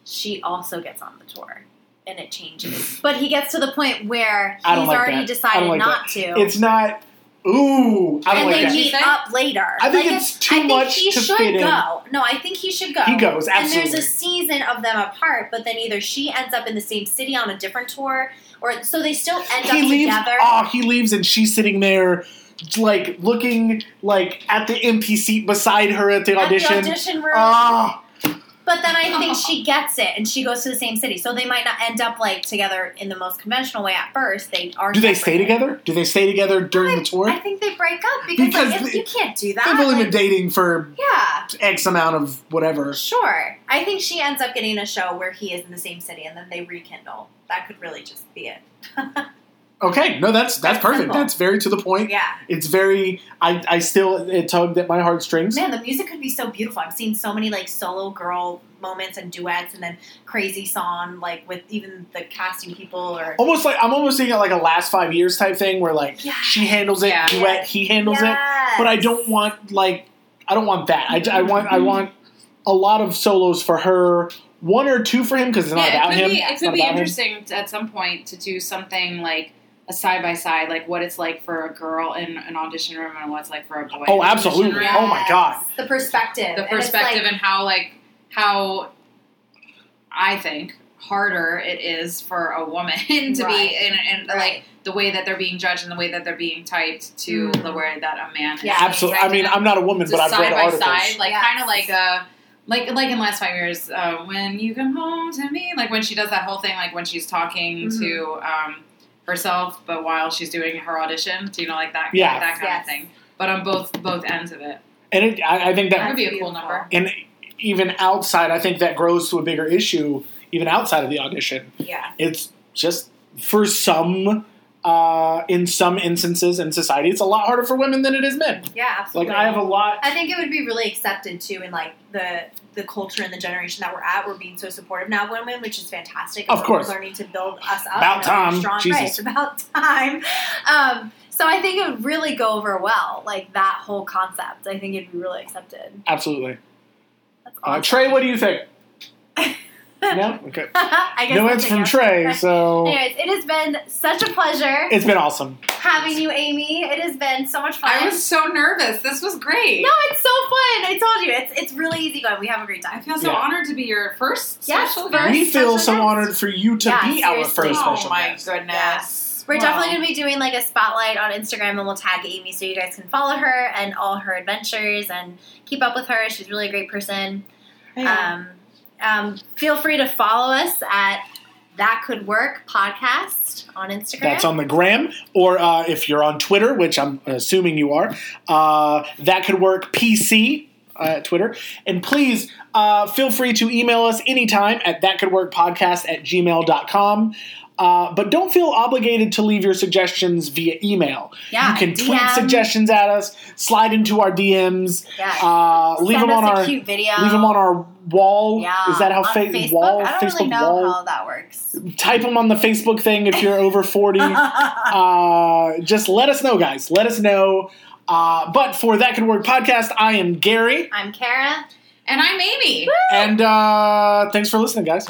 Speaker 2: she also gets on the tour and it changes? But he gets to the point where he's
Speaker 1: I don't like
Speaker 2: already
Speaker 1: that. I
Speaker 2: decided
Speaker 1: don't like
Speaker 2: not to.
Speaker 1: It's not. Ooh, I don't
Speaker 2: and
Speaker 1: like
Speaker 2: they
Speaker 1: that.
Speaker 2: meet up later.
Speaker 1: I think
Speaker 2: Like,
Speaker 1: it's too
Speaker 2: I think
Speaker 1: much
Speaker 2: He
Speaker 1: to
Speaker 2: should
Speaker 1: fit in.
Speaker 2: go. No, I think he should go.
Speaker 1: He goes,
Speaker 2: And there's
Speaker 1: absolutely.
Speaker 2: a season of them apart, but then either she ends up in the same city on a different tour, or so they still end
Speaker 1: he
Speaker 2: up
Speaker 1: leaves.
Speaker 2: together.
Speaker 1: Oh, he leaves, and she's sitting there, like looking like at the empty seat beside her at the
Speaker 2: at the
Speaker 1: audition.
Speaker 2: audition room.
Speaker 1: Ah,
Speaker 2: But then I think she gets it and she goes to the same city. So they might not end up like together in the most conventional way at first. They are
Speaker 1: do they stay
Speaker 2: separated.
Speaker 1: together? Do they stay together during the tour?
Speaker 2: I think they break up because,
Speaker 1: Because
Speaker 2: like, if
Speaker 1: they-
Speaker 2: you can't do that.
Speaker 1: They've only been
Speaker 2: like,
Speaker 1: dating for
Speaker 2: yeah,
Speaker 1: X amount of whatever.
Speaker 2: sure. I think she ends up getting a show where he is in the same city and then they rekindle. That could really just be it.
Speaker 1: Okay, no, that's that's perfect.
Speaker 2: Simple.
Speaker 1: That's very to the point.
Speaker 2: Yeah.
Speaker 1: It's very. I, I still it tugged at my heartstrings.
Speaker 2: Man, the music could be so beautiful. I've seen so many like solo girl moments and duets and then crazy song like with even the casting people or
Speaker 1: Almost like I'm almost seeing it like a last five years type thing where like
Speaker 2: Yeah.
Speaker 1: she handles it,
Speaker 3: Yeah.
Speaker 1: duet, he Oh, handles it.
Speaker 2: Yes.
Speaker 1: but I don't want like I don't want that. I, I want
Speaker 3: Mm-hmm.
Speaker 1: I want a lot of solos for her, one or two for him because it's not
Speaker 3: yeah,
Speaker 1: about
Speaker 3: it could
Speaker 1: him.
Speaker 3: be, it
Speaker 1: It's
Speaker 3: could
Speaker 1: not
Speaker 3: be
Speaker 1: about him.
Speaker 3: interesting t- at some point to do something like a side by side, like what it's like for a girl in an audition room and what it's like for a boy. in
Speaker 1: Oh,
Speaker 3: an audition
Speaker 1: absolutely.
Speaker 3: room.
Speaker 1: Oh my God.
Speaker 2: The perspective.
Speaker 3: The
Speaker 2: And it's, like,
Speaker 3: perspective and how like how I think harder it is for a woman to
Speaker 2: Right.
Speaker 3: be in, in
Speaker 2: Right.
Speaker 3: like the way that they're being judged and the way that they're being typed to
Speaker 2: Mm.
Speaker 3: the way that a man is.
Speaker 2: Yeah.
Speaker 1: Absolutely. I mean, I'm not a woman,
Speaker 3: Just
Speaker 1: but I've
Speaker 3: side
Speaker 1: read
Speaker 3: by
Speaker 1: articles.
Speaker 3: side, like
Speaker 2: Yes.
Speaker 3: kind of like a like like in last five years uh, when you come home to me, like when she does that whole thing, like when she's talking
Speaker 2: Mm-hmm.
Speaker 3: to um, herself, but while she's doing her audition, do you know, like that,
Speaker 1: Yeah.
Speaker 3: that kind
Speaker 2: Yes.
Speaker 3: of thing. But on both both ends of it,
Speaker 1: And it, I, I think
Speaker 3: that
Speaker 1: that
Speaker 3: would be a cool
Speaker 2: beautiful.
Speaker 3: number.
Speaker 1: and even outside, I think that grows to a bigger issue even outside of the audition.
Speaker 2: yeah.
Speaker 1: It's just for some. Uh, in some instances in society, it's a lot harder for women than it is men.
Speaker 2: Yeah,
Speaker 1: Like
Speaker 2: absolutely.
Speaker 1: I have a lot
Speaker 2: I think it would be really accepted too in like the the culture and the generation that we're at. We're being so supportive now of women, which is fantastic.
Speaker 1: Of
Speaker 2: We're
Speaker 1: course.
Speaker 2: learning to build us up.
Speaker 1: About
Speaker 2: and our
Speaker 1: time.
Speaker 2: strong
Speaker 1: Jesus.
Speaker 2: right, it's about time. Um, so I think it would really go over well, like that whole concept. I think it'd be really accepted.
Speaker 1: absolutely.
Speaker 2: That's
Speaker 1: Uh,
Speaker 2: awesome.
Speaker 1: Trey, what do you think? no, okay.
Speaker 2: I guess
Speaker 1: No
Speaker 2: that's
Speaker 1: answer from
Speaker 2: it.
Speaker 1: Trey. So
Speaker 2: Anyways, it has been such a pleasure
Speaker 1: it's been awesome.
Speaker 2: having you, Amy. It has been so much fun.
Speaker 3: I was so nervous. This was great.
Speaker 2: no, it's so fun. I told you, it's it's really easy going. We have a great
Speaker 3: I
Speaker 2: time.
Speaker 3: feel so
Speaker 1: Yeah.
Speaker 3: honored to be your first
Speaker 2: Yes,
Speaker 3: special
Speaker 2: first.
Speaker 3: guest.
Speaker 1: we feel
Speaker 2: special
Speaker 1: so
Speaker 2: guest.
Speaker 1: honored for you to
Speaker 2: Yeah,
Speaker 1: be our
Speaker 2: seriously.
Speaker 1: first
Speaker 4: oh
Speaker 1: special
Speaker 4: my
Speaker 1: guest.
Speaker 4: goodness.
Speaker 2: We're
Speaker 4: Wow.
Speaker 2: definitely going to be doing like a spotlight on Instagram, and we'll tag Amy so you guys can follow her and all her adventures and keep up with her. She's really a great person. Um, um, feel free to follow us at That Could Work Podcast on Instagram.
Speaker 1: That's on the gram, or uh, if you're on Twitter, which I'm assuming you are, uh, that could work. PC uh, at Twitter, and please uh, feel free to email us anytime at thatcouldworkpodcast at gmail.com. Uh, but don't feel obligated to leave your suggestions via email.
Speaker 2: yeah,
Speaker 1: you can tweet
Speaker 2: DM.
Speaker 1: suggestions at us, slide into our DMs,
Speaker 2: Yeah.
Speaker 1: uh, leave
Speaker 2: Send
Speaker 1: them on
Speaker 2: us a
Speaker 1: our
Speaker 2: cute video.
Speaker 1: leave them on our wall.
Speaker 2: Yeah.
Speaker 1: Is that how
Speaker 2: on
Speaker 1: fa-
Speaker 2: Facebook?
Speaker 1: wall
Speaker 2: I don't
Speaker 1: Facebook
Speaker 2: really know
Speaker 1: wall?
Speaker 2: how that works.
Speaker 1: Type them on the Facebook thing if you're over forty. uh, just let us know, guys. Let us know. Uh, but for that could work podcast, I am Gary,
Speaker 2: I'm Kara.
Speaker 3: And I'm Amy.
Speaker 1: and uh, thanks for listening, guys.